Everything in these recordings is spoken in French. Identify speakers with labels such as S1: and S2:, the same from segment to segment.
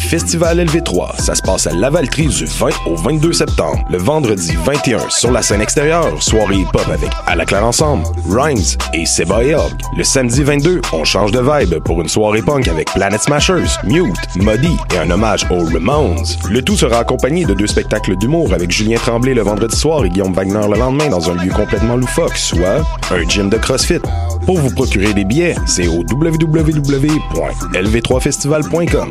S1: Festival LV3. Ça se passe à Lavaltrie du 20 au 22 septembre. Le vendredi 21, sur la scène extérieure, soirée hip-hop avec À la Claire Ensemble, Rhymes et Seba et Hogg. Le samedi 22, on change de vibe pour une soirée punk avec Planet Smashers, Mute, Muddy et un hommage aux Ramones. Le tout sera accompagné de deux spectacles d'humour avec Julien Tremblay le vendredi soir et Guillaume Wagner le lendemain dans un lieu complètement loufoque, soit un gym de CrossFit. Pour vous procurer des billets, c'est au www.lv3festival.com.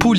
S2: Pool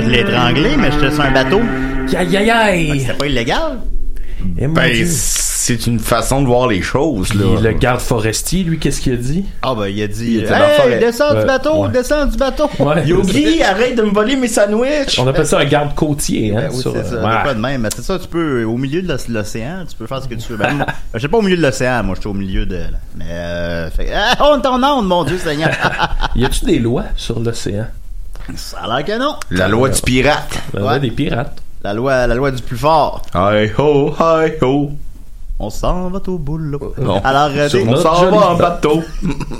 S3: Je l'ai étranglé, mais j'étais sur un bateau.
S4: Aïe, aïe, aïe.
S3: C'était pas illégal.
S4: Eh, mon Dieu.
S5: Ben, c'est une façon de voir les choses,
S4: Puis
S5: là.
S4: le garde forestier, lui, qu'est-ce qu'il a dit?
S3: Ah, ben, il a dit.
S5: était dans la
S3: Hey,
S5: forêt.
S3: descends
S4: Ouais,
S3: du bateau,
S4: ouais.
S3: descends du bateau.
S4: Ouais.
S5: Yogi, arrête de me voler mes sandwichs!
S4: On appelle ça un garde côtier, hein?
S3: Ben oui,
S4: sur-
S3: c'est ça,
S4: Ouais.
S3: pas de même. Mais c'est ça, tu peux, au milieu de l'oc- l'océan, tu peux faire ce que tu veux. Ben, je sais pas au milieu de l'océan, moi, je suis au milieu de. Mais, euh, fait- Ah, on t'en onde, mon Dieu Seigneur!
S4: Y a-tu des lois sur l'océan?
S3: ça a l'air que non!
S5: La loi du pirate.
S4: La loi
S3: Ouais.
S4: des pirates.
S3: La loi, la loi du plus fort.
S5: Hi ho, hi ho.
S3: On s'en va au boulot.
S5: Non.
S3: Alors, euh,
S5: Sur-
S3: des-
S5: on
S4: notre
S5: s'en
S4: joli
S5: va en
S4: bateau.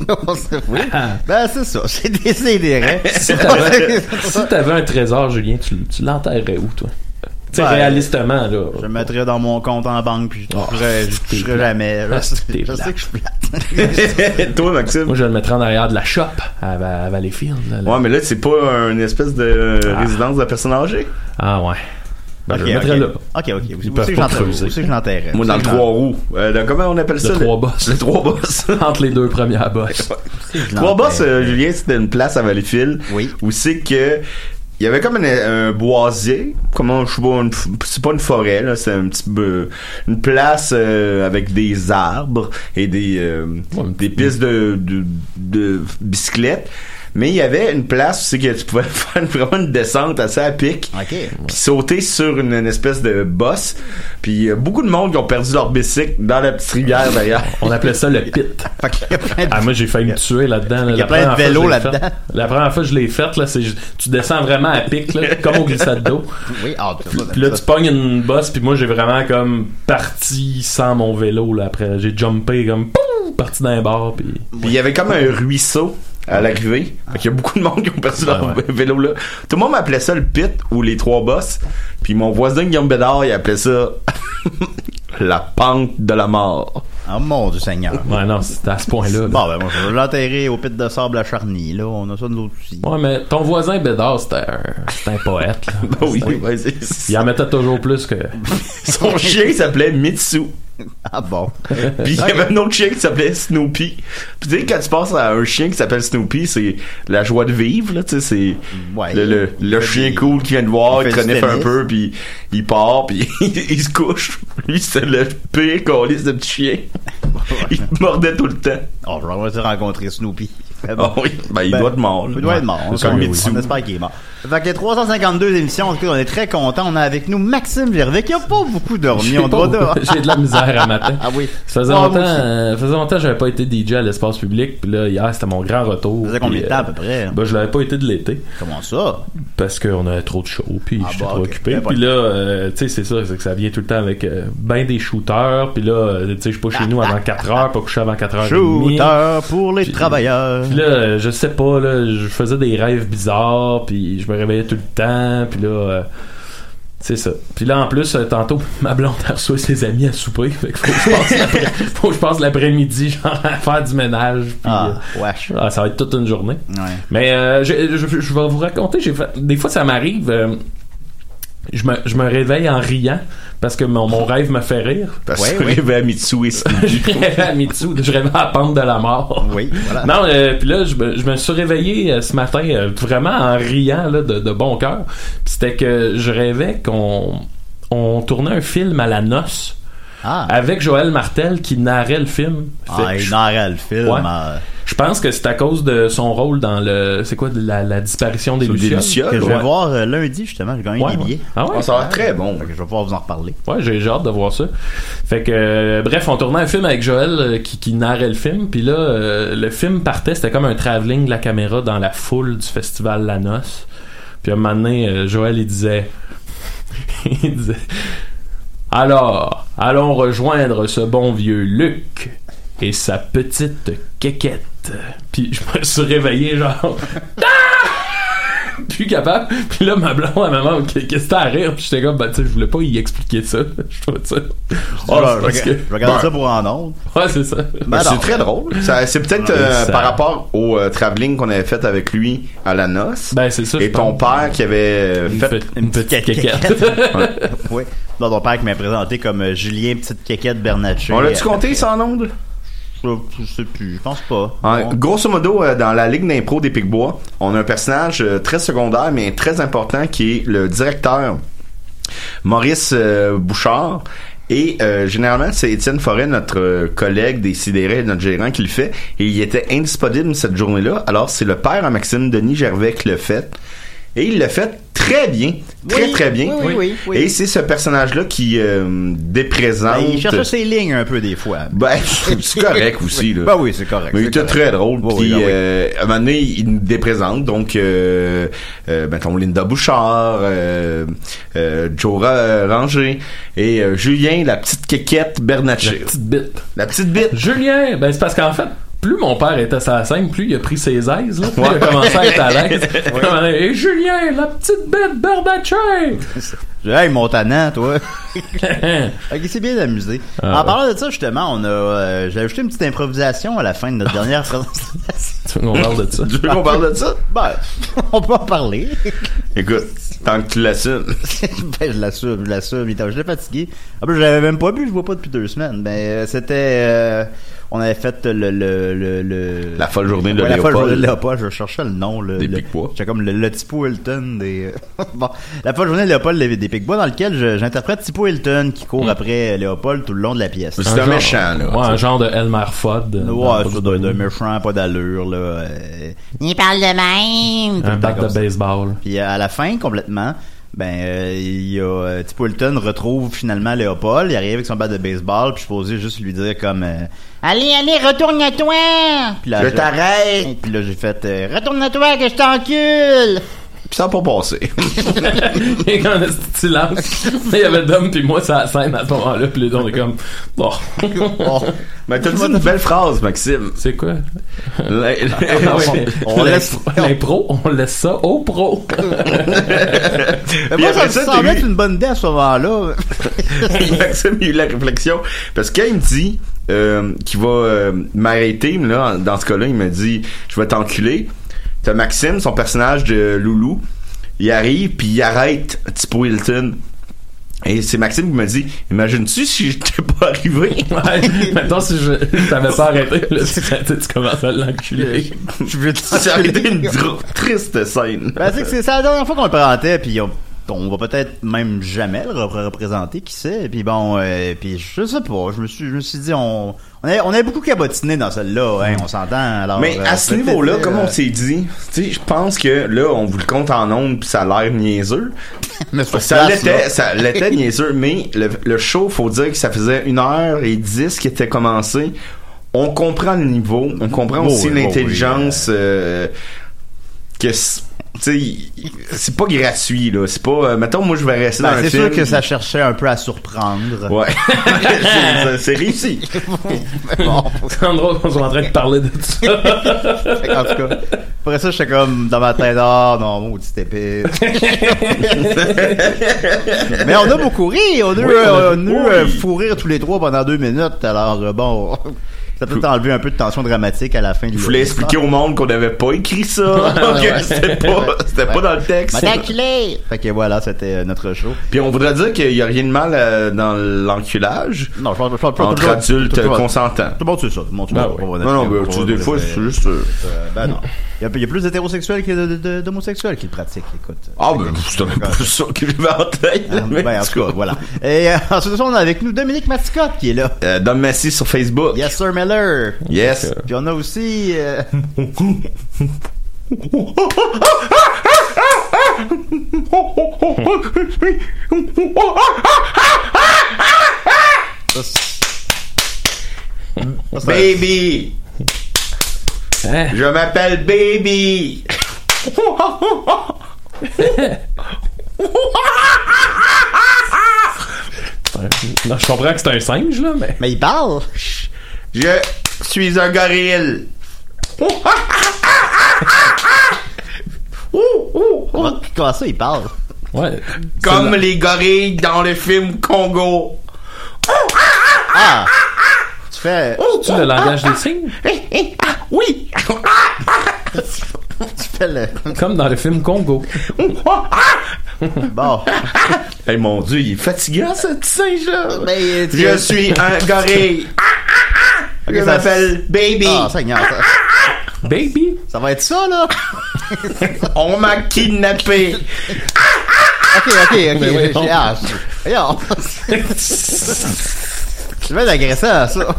S5: bateau.
S3: on s'en- oui.
S4: Ah.
S3: Ben, c'est ça. C'est des c'est des rêves.
S4: Si t'avais si t'avais un trésor, Julien, tu, tu l'enterrais où, toi? Tu sais,
S3: Ben,
S4: réalistement, là.
S3: Je le mettrais dans mon compte en banque puis je
S4: Oh,
S3: toucherais, je
S4: t'es
S3: toucherais
S4: plate.
S3: jamais. Je
S4: Ah,
S3: sais,
S4: t'es
S3: je sais
S4: plate.
S3: que Ben, je suis plate.
S5: Toi, Maxime.
S4: Moi, je vais le mettrais en arrière de la shop à, Va- à Valleyfield. là, là.
S5: Ouais, mais là, c'est pas une espèce de euh, résidence de personnes âgées.
S4: Ah, ouais. Ben, je
S3: Ok,
S4: le mettrais là.
S3: ok. Ok, ok. Vous-
S4: Ils
S3: Vous
S4: peuvent
S3: savez que
S4: pas
S3: j'enterrais-
S4: creuser.
S3: vous savez que je l'enterrais.
S5: Moi, dans le
S3: Vous
S5: 3 roues. Euh, dans- comment on appelle
S4: Le
S5: ça?
S4: trois bosses.
S5: Le 3 boss.
S4: Entre les deux premières bosses.
S3: savez que je
S5: 3 boss,
S3: l'enterrais.
S5: euh, Julien, c'était une place à Valleyfield.
S3: Oui.
S5: Où c'est que. Il y avait comme une- un, boisé, comment je sais pas, une f- c'est pas une forêt là, c'est un petit peu une place euh, avec des arbres et des euh,
S4: Ouais, un
S5: des pistes de, de, de bicyclette. Mais il y avait une place où c'est que tu pouvais faire une- vraiment une descente assez à pic.
S3: Ok.
S5: Puis sauter sur une, une espèce de bosse. Puis euh, beaucoup de monde qui ont perdu leur bicycle dans la petite rivière d'ailleurs.
S4: On appelait ça le pit.
S3: Fait qu'il y a plein de-
S4: Ah, moi, j'ai failli me tuer là-dedans. là.
S3: Il y a
S4: La
S3: plein de
S4: première fois que
S3: vélos
S4: je l'ai
S3: là-dedans.
S4: faite- La première fois que je l'ai faite, là, c'est ju- tu descends vraiment à pic, là, comme au glissade d'eau.
S3: Oui, ah, tu vois,
S4: Puis là,
S3: ça-
S4: tu pognes une bosse, puis moi, j'ai vraiment comme parti sans mon vélo, là, après. J'ai jumpé, comme, pouf, parti d'un bord, puis...
S5: Puis il y avait comme un ruisseau à l'arrivée. Fait qu'il y a beaucoup de monde qui ont perdu leur
S4: Ah Ouais,
S5: vélo là. Tout le monde m'appelait ça le pit ou les trois bosses. Puis mon voisin Guillaume Bédard, il appelait ça la pente de la mort.
S3: Ah, mon Dieu Seigneur.
S4: Ouais, non, c'était à ce point-là. là.
S3: Bon, ben, moi, je vais l'enterrer au pit de sable à Charny, là. On a ça, nous autres aussi.
S4: Ouais, mais ton voisin Bédard, c'était un, c'était un poète, là.
S5: Ben oui, ben c'est-
S4: Il en mettait toujours plus que...
S5: Son chien s'appelait Mitsu.
S3: Ah bon?
S5: Puis il y avait un autre chien qui s'appelait Snoopy. Puis tu sais, quand tu passes à un chien qui s'appelle Snoopy, c'est la joie de vivre, là, tu sais, c'est
S3: Ouais.
S5: le, le, le
S3: Il fait
S5: chien
S3: des-
S5: cool qui vient de voir,
S3: il
S5: il
S3: fait du
S5: traînait un
S3: tennis.
S5: peu, puis il part, puis il se couche. Lui, c'est le pire qu'on lisse de petit chien. Il te mordait tout le temps.
S3: On va te rencontrer Snoopy. Ah bon.
S5: Ah oui, ben il
S3: Ben,
S5: doit être mort. là.
S3: Il doit être mort.
S5: C'est comme
S3: on,
S5: Mitsu.
S3: on espère qu'il est mort. Fait que 352 émissions, en tout cas, on est très contents. On a avec nous Maxime Gervais qui a pas beaucoup dormi.
S4: J'ai
S3: On doit
S4: pas-
S3: dormir.
S4: J'ai de la misère à matin.
S3: Ah oui.
S4: Ça faisait
S3: Ah, moi
S4: longtemps,
S3: aussi.
S4: euh, faisait longtemps que j'avais pas été DJ à l'espace public, puis là hier c'était mon grand retour.
S3: Ça faisait combien
S4: puis,
S3: de temps à
S4: euh,
S3: peu près? hein?
S4: ben, je l'avais pas été de l'été
S3: Comment ça?
S4: parce qu'on avait trop de show puis
S3: Ah,
S4: j'étais
S3: bah,
S4: trop
S3: ok.
S4: occupé.
S3: Ben,
S4: Puis là, euh, tu sais, c'est ça, c'est que ça vient tout le temps avec euh, ben des shooters. Puis là, euh, tu sais, je suis pas chez nous avant 4 heures, pas couché avant 4 heures. et demie.
S3: Shooter pour les travailleurs.
S4: Puis là, euh, je sais pas, là, je faisais des rêves bizarres, puis je me réveillais tout le temps, puis là, euh, c'est ça. Puis là, en plus, euh, tantôt, ma blonde a reçu ses amis à souper, fait que faut que je passe l'après- faut que je passe l'après-midi, genre, à faire du ménage, puis
S3: Ah, wesh.
S4: euh, ah, ça va être toute une journée.
S3: Ouais.
S4: Mais euh, je, je- je vais vous raconter, j'ai fait- des fois, ça m'arrive... euh, je me, je me réveille en riant parce que mon, mon rêve me fait rire.
S5: Parce
S3: Ouais,
S5: que
S3: ouais.
S5: je rêvais à Mitsu et Snoopy.
S4: je rêvais à Mitsu, je rêvais à la pente de la mort.
S3: Oui, voilà.
S4: Non, euh, puis là, je me, je me suis réveillé euh, ce matin euh, vraiment en riant là, de, de bon cœur. Puis c'était que je rêvais qu'on on tournait un film à la noce
S3: Ah,
S4: avec Joël Martel qui narrait le film. Fait
S3: ah
S4: que
S3: il
S4: je,
S3: narrait le film.
S4: Ouais.
S3: euh,
S4: je pense que c'est à cause de son rôle dans le... C'est quoi? de La, la disparition des
S5: Sur des
S4: Lucioles?
S3: que
S5: lucioles.
S3: je vais
S5: ouais.
S3: voir euh, lundi, justement. J'ai gagné
S4: Ouais,
S3: des
S4: ouais.
S3: billets.
S4: Ah ouais?
S5: Ah, Ça va être très bon.
S3: Fait que je vais pouvoir vous en reparler.
S4: Ouais, j'ai j'ai hâte de voir ça. Fait que, euh, bref, on tournait un film avec Joël euh, qui, qui narrait le film. Puis là, euh, le film partait, c'était comme un travelling de la caméra dans la foule du festival La Noce. Puis à un moment donné, euh, Joël, il disait... il disait... Alors, allons rejoindre ce bon vieux Luc et sa petite quéquette. Puis je me suis réveillé genre... Ah! plus capable. Puis là, ma blonde, elle m'a demandé qu'est-ce que t'as à rire. Puis j'étais comme, bah, tu sais, je voulais pas y expliquer ça. Je trouve ça.
S5: Ah,
S4: Oh, c'est
S3: je, vais-
S4: parce
S3: je vais- je vais regarder ça pour en ondes.
S4: que- Ouais, c'est ça.
S3: Ben
S5: c'est
S3: non.
S5: très drôle. Ça- C'est peut-être
S4: Ouais,
S5: euh,
S4: ça-
S5: par rapport au euh, travelling qu'on avait fait avec lui à la noce.
S4: Ben, c'est ça.
S5: et
S4: je
S5: ton
S4: pense.
S5: père qui avait euh,
S4: Une
S5: fait
S4: pe- une petite
S3: quéquette.
S4: quéquette.
S3: oui. Non, ton père qui m'a présenté comme euh, Julien Petite Quéquette Bernatchez.
S5: On l'a-tu compté sans nombre?
S3: Je je sais plus, je pense pas.
S5: En-
S3: Bon.
S5: Grosso modo, euh, dans la Ligue d'impro des Picbois, on a un personnage euh, très secondaire mais très important qui est le directeur Maurice euh, Bouchard. Et euh, généralement, c'est Étienne Forêt, notre euh, collègue des Sidérés, notre gérant, qui le fait. Et il était indisponible cette journée-là. Alors, c'est le père à Maxime Denis Gervais qui le fait. Et il le fait très bien. Très,
S3: Oui,
S5: très bien.
S3: oui, oui, oui, oui.
S5: Et c'est ce personnage-là qui euh, déprésente...
S3: Ben, il cherche ses lignes un peu des fois.
S5: Ben, c'est correct aussi, là.
S3: Ben oui, c'est correct.
S5: Mais il
S3: c'est
S5: était
S3: correct.
S5: très drôle.
S3: Oui,
S5: Puis,
S3: oui, ben oui.
S5: euh, à un moment donné, il nous déprésente. Donc, euh, euh, mettons, Linda Bouchard, euh, euh, Joe Ra- Ranger et euh, Julien, la petite quéquette
S4: La
S5: Bernatchez.
S4: petite bite.
S5: La petite bite.
S4: Julien, ben, c'est parce qu'en fait, plus mon père était sur la scène, plus il a pris ses aises, là. Plus il a commencé à être à l'aise. Et Julien, la petite bite Bernatchez!
S3: Je dis, Hey, Montanant, toi.
S4: Hein?
S3: Fait qu'il s'est bien amusé.
S4: Ah,
S3: en
S4: ouais.
S3: parlant de ça, justement, on a, euh, j'ai ajouté une petite improvisation à la fin de notre dernière présentation.
S4: On parle de ça.
S5: Tu veux qu'on parle de ça?
S3: Ben, on peut en parler.
S5: Écoute, tant que tu l'assumes.
S3: ben, je l'assume, je l'assume. Il était- J'étais fatigué. En plus, je l'avais même pas bu, je vois pas depuis deux semaines. Ben, euh, c'était. euh, on avait fait le. le, le, le-
S5: La folle journée de
S3: Ouais, la folle
S5: Léopold.
S3: journée de Léopold. Je cherchais le nom. Le,
S5: Des
S3: le-
S5: Pique-Bois.
S3: J'étais comme le, le Tipo Hilton des. euh, bon, la folle journée de Léopold des, des Pique-Bois, dans lequel je- j'interprète Tipo Hilton qui
S5: Hmm.
S3: court après Léopold tout le long de la pièce.
S5: C'est un
S4: genre-
S5: méchant, là.
S4: Ouais, un genre de Elmer Fudd. euh,
S3: Ouais,
S4: dans-
S3: ça doit être un méchant, pas d'allure, là. euh,
S6: Il parle de même.
S4: Un
S3: temps
S4: bat
S3: comme
S4: de
S3: ça.
S4: baseball.
S3: Puis euh, à la fin, complètement, ben euh, il y a euh, Tip Wilton retrouve finalement Léopold, il arrive avec son bat de baseball, puis je posais juste lui dire comme euh,
S6: Allez, allez, retourne-toi.
S3: puis là,
S5: Je
S3: j'ai-
S5: t'arrête!
S3: Puis là j'ai fait euh,
S6: Retourne-toi que je t'encule.
S5: Puis ça n'a pas passé.
S4: Et quand le silence, il y avait Dom puis moi sur la scène à ce moment-là, puis les deux, on est comme, bon,
S3: Oh,
S5: Mais t'as dit une belle phrase, Maxime.
S4: c'est quoi?
S5: La-
S4: Ah ouais.
S3: on laisse-
S4: L'impro- L'impro, on laisse ça au pro.
S3: Mais
S5: Puis
S3: moi ça
S5: après
S3: me
S5: ça, t'as
S3: semblait
S5: eu-
S3: être une bonne idée à ce moment-là.
S5: Et Maxime il a eu la réflexion parce que quand il me dit euh, qu'il va euh, m'arrêter là dans ce cas-là il me dit je vais t'enculer t'as Maxime son personnage de Loulou il arrive puis il arrête Tipo Hilton Et c'est Maxime qui me dit Imagines-tu si j'étais pas arrivé
S4: Ouais, maintenant, si je je t'avais pas arrêté, là, tu, tu commences à l'enculer.
S3: Je veux dire,
S5: Ça aurait été une dro- triste scène.
S3: Ben, c'est que c'est c'est la dernière fois qu'on le présentait, puis on, on va peut-être même jamais le repr- représenter, qui sait. Puis bon, euh, puis je sais pas, je me suis, je me suis dit, on, on avait, on avait beaucoup cabotiné dans celle-là, hein, on s'entend. Alors,
S5: Mais
S3: euh,
S5: à ce
S3: peut-être,
S5: niveau-là,
S3: euh,
S5: comme on s'est dit, tu sais, je pense que là, on vous le compte en ondes puis ça a l'air niaiseux.
S3: mais sur
S5: Ça
S3: place,
S5: l'était,
S3: là.
S5: ça l'était niaiseux, mais le, le show, faut dire que ça faisait une heure et dix qui était commencé. On comprend le niveau, on comprend
S3: Oh
S5: aussi
S3: oui, oh
S5: l'intelligence euh, que c'est- tu sais, il- c'est pas gratuit là, c'est pas euh, mettons moi je vais rester
S3: Ben,
S5: dans un
S3: c'est
S5: film.
S3: sûr que ça cherchait un peu à surprendre.
S5: Ouais. c'est, c'est réussi.
S3: Bon,
S4: C'est un drôle qu'on soit en train de parler de ça.
S3: fait qu'en tout cas, après ça, j'étais comme dans ma tête, ah non, maudit épée. Mais on a beaucoup ri, on a eu, euh, on a eu, euh, fou rire tous les trois pendant deux minutes, alors euh, bon, ça peut enlever un peu de tension dramatique à la fin du
S5: Je voulais expliquer au monde qu'on n'avait pas écrit ça, que c'était pas, c'était pas dans le texte.
S6: T'enculé!
S3: Fait que voilà, c'était euh, notre show.
S5: Puis on voudrait dire qu'il y a rien de mal euh, dans l'enculage
S3: Non, je pense je pense pas
S5: entre adultes
S3: tout- tout-
S5: consentants.
S3: Tout le monde sait ça, tout le monde sait
S4: Ben
S3: ça.
S4: oui.
S3: On va-
S5: Non, non,
S3: on
S5: mais
S3: va-
S5: tu
S3: on
S5: sais,
S3: va-
S5: des fois, c'est juste. euh,
S3: Euh, Ben non. Il y a, il y a plus d'hétérosexuels que de- de- de- d'homosexuels qui le pratiquent, écoute.
S5: Ah, ben, c'est un peu ça que j'avais en tête. là,
S3: Ah,
S5: mais
S3: ben, en
S5: en
S3: tout cas,
S5: tout
S3: voilà. Et euh, ensuite de ça, on a avec nous Dominique Mascotte qui est là.
S5: cas. Euh, Dom Massy sur Facebook.
S3: Yes, sir, Miller.
S5: Yes.
S3: Puis on a aussi. euh, ça, c'est- Ça, c'est-
S5: Baby.
S4: Hein?
S5: Je m'appelle Baby.
S4: Non, je comprends que c'est un singe, là, mais.
S3: Mais il parle.
S5: Je suis un gorille.
S3: Comment, comment ça, il parle?
S4: Ouais.
S5: Comme les gorilles dans le film Congo.
S3: Ah! Tu fais,
S4: C'est le langage des signes.
S5: Oui.
S3: tu fais le.
S4: Comme dans le film Congo.
S3: Bon.
S5: Eh mon dieu, il est fatigant ce petit singe-là.
S3: Mais, tu-
S5: Je suis un gorille.
S3: Ok,
S5: Je
S3: ça-
S5: m'appelle Baby.
S3: Ah, Seigneur, ça,
S4: Baby.
S3: ça va être ça, là?
S5: On m'a kidnappé.
S3: Ok, ok, ok.
S4: Mais
S3: j'ai-
S4: voyons.
S3: j'ai- ah, je- Voyons. Je vais l'agresser à ça.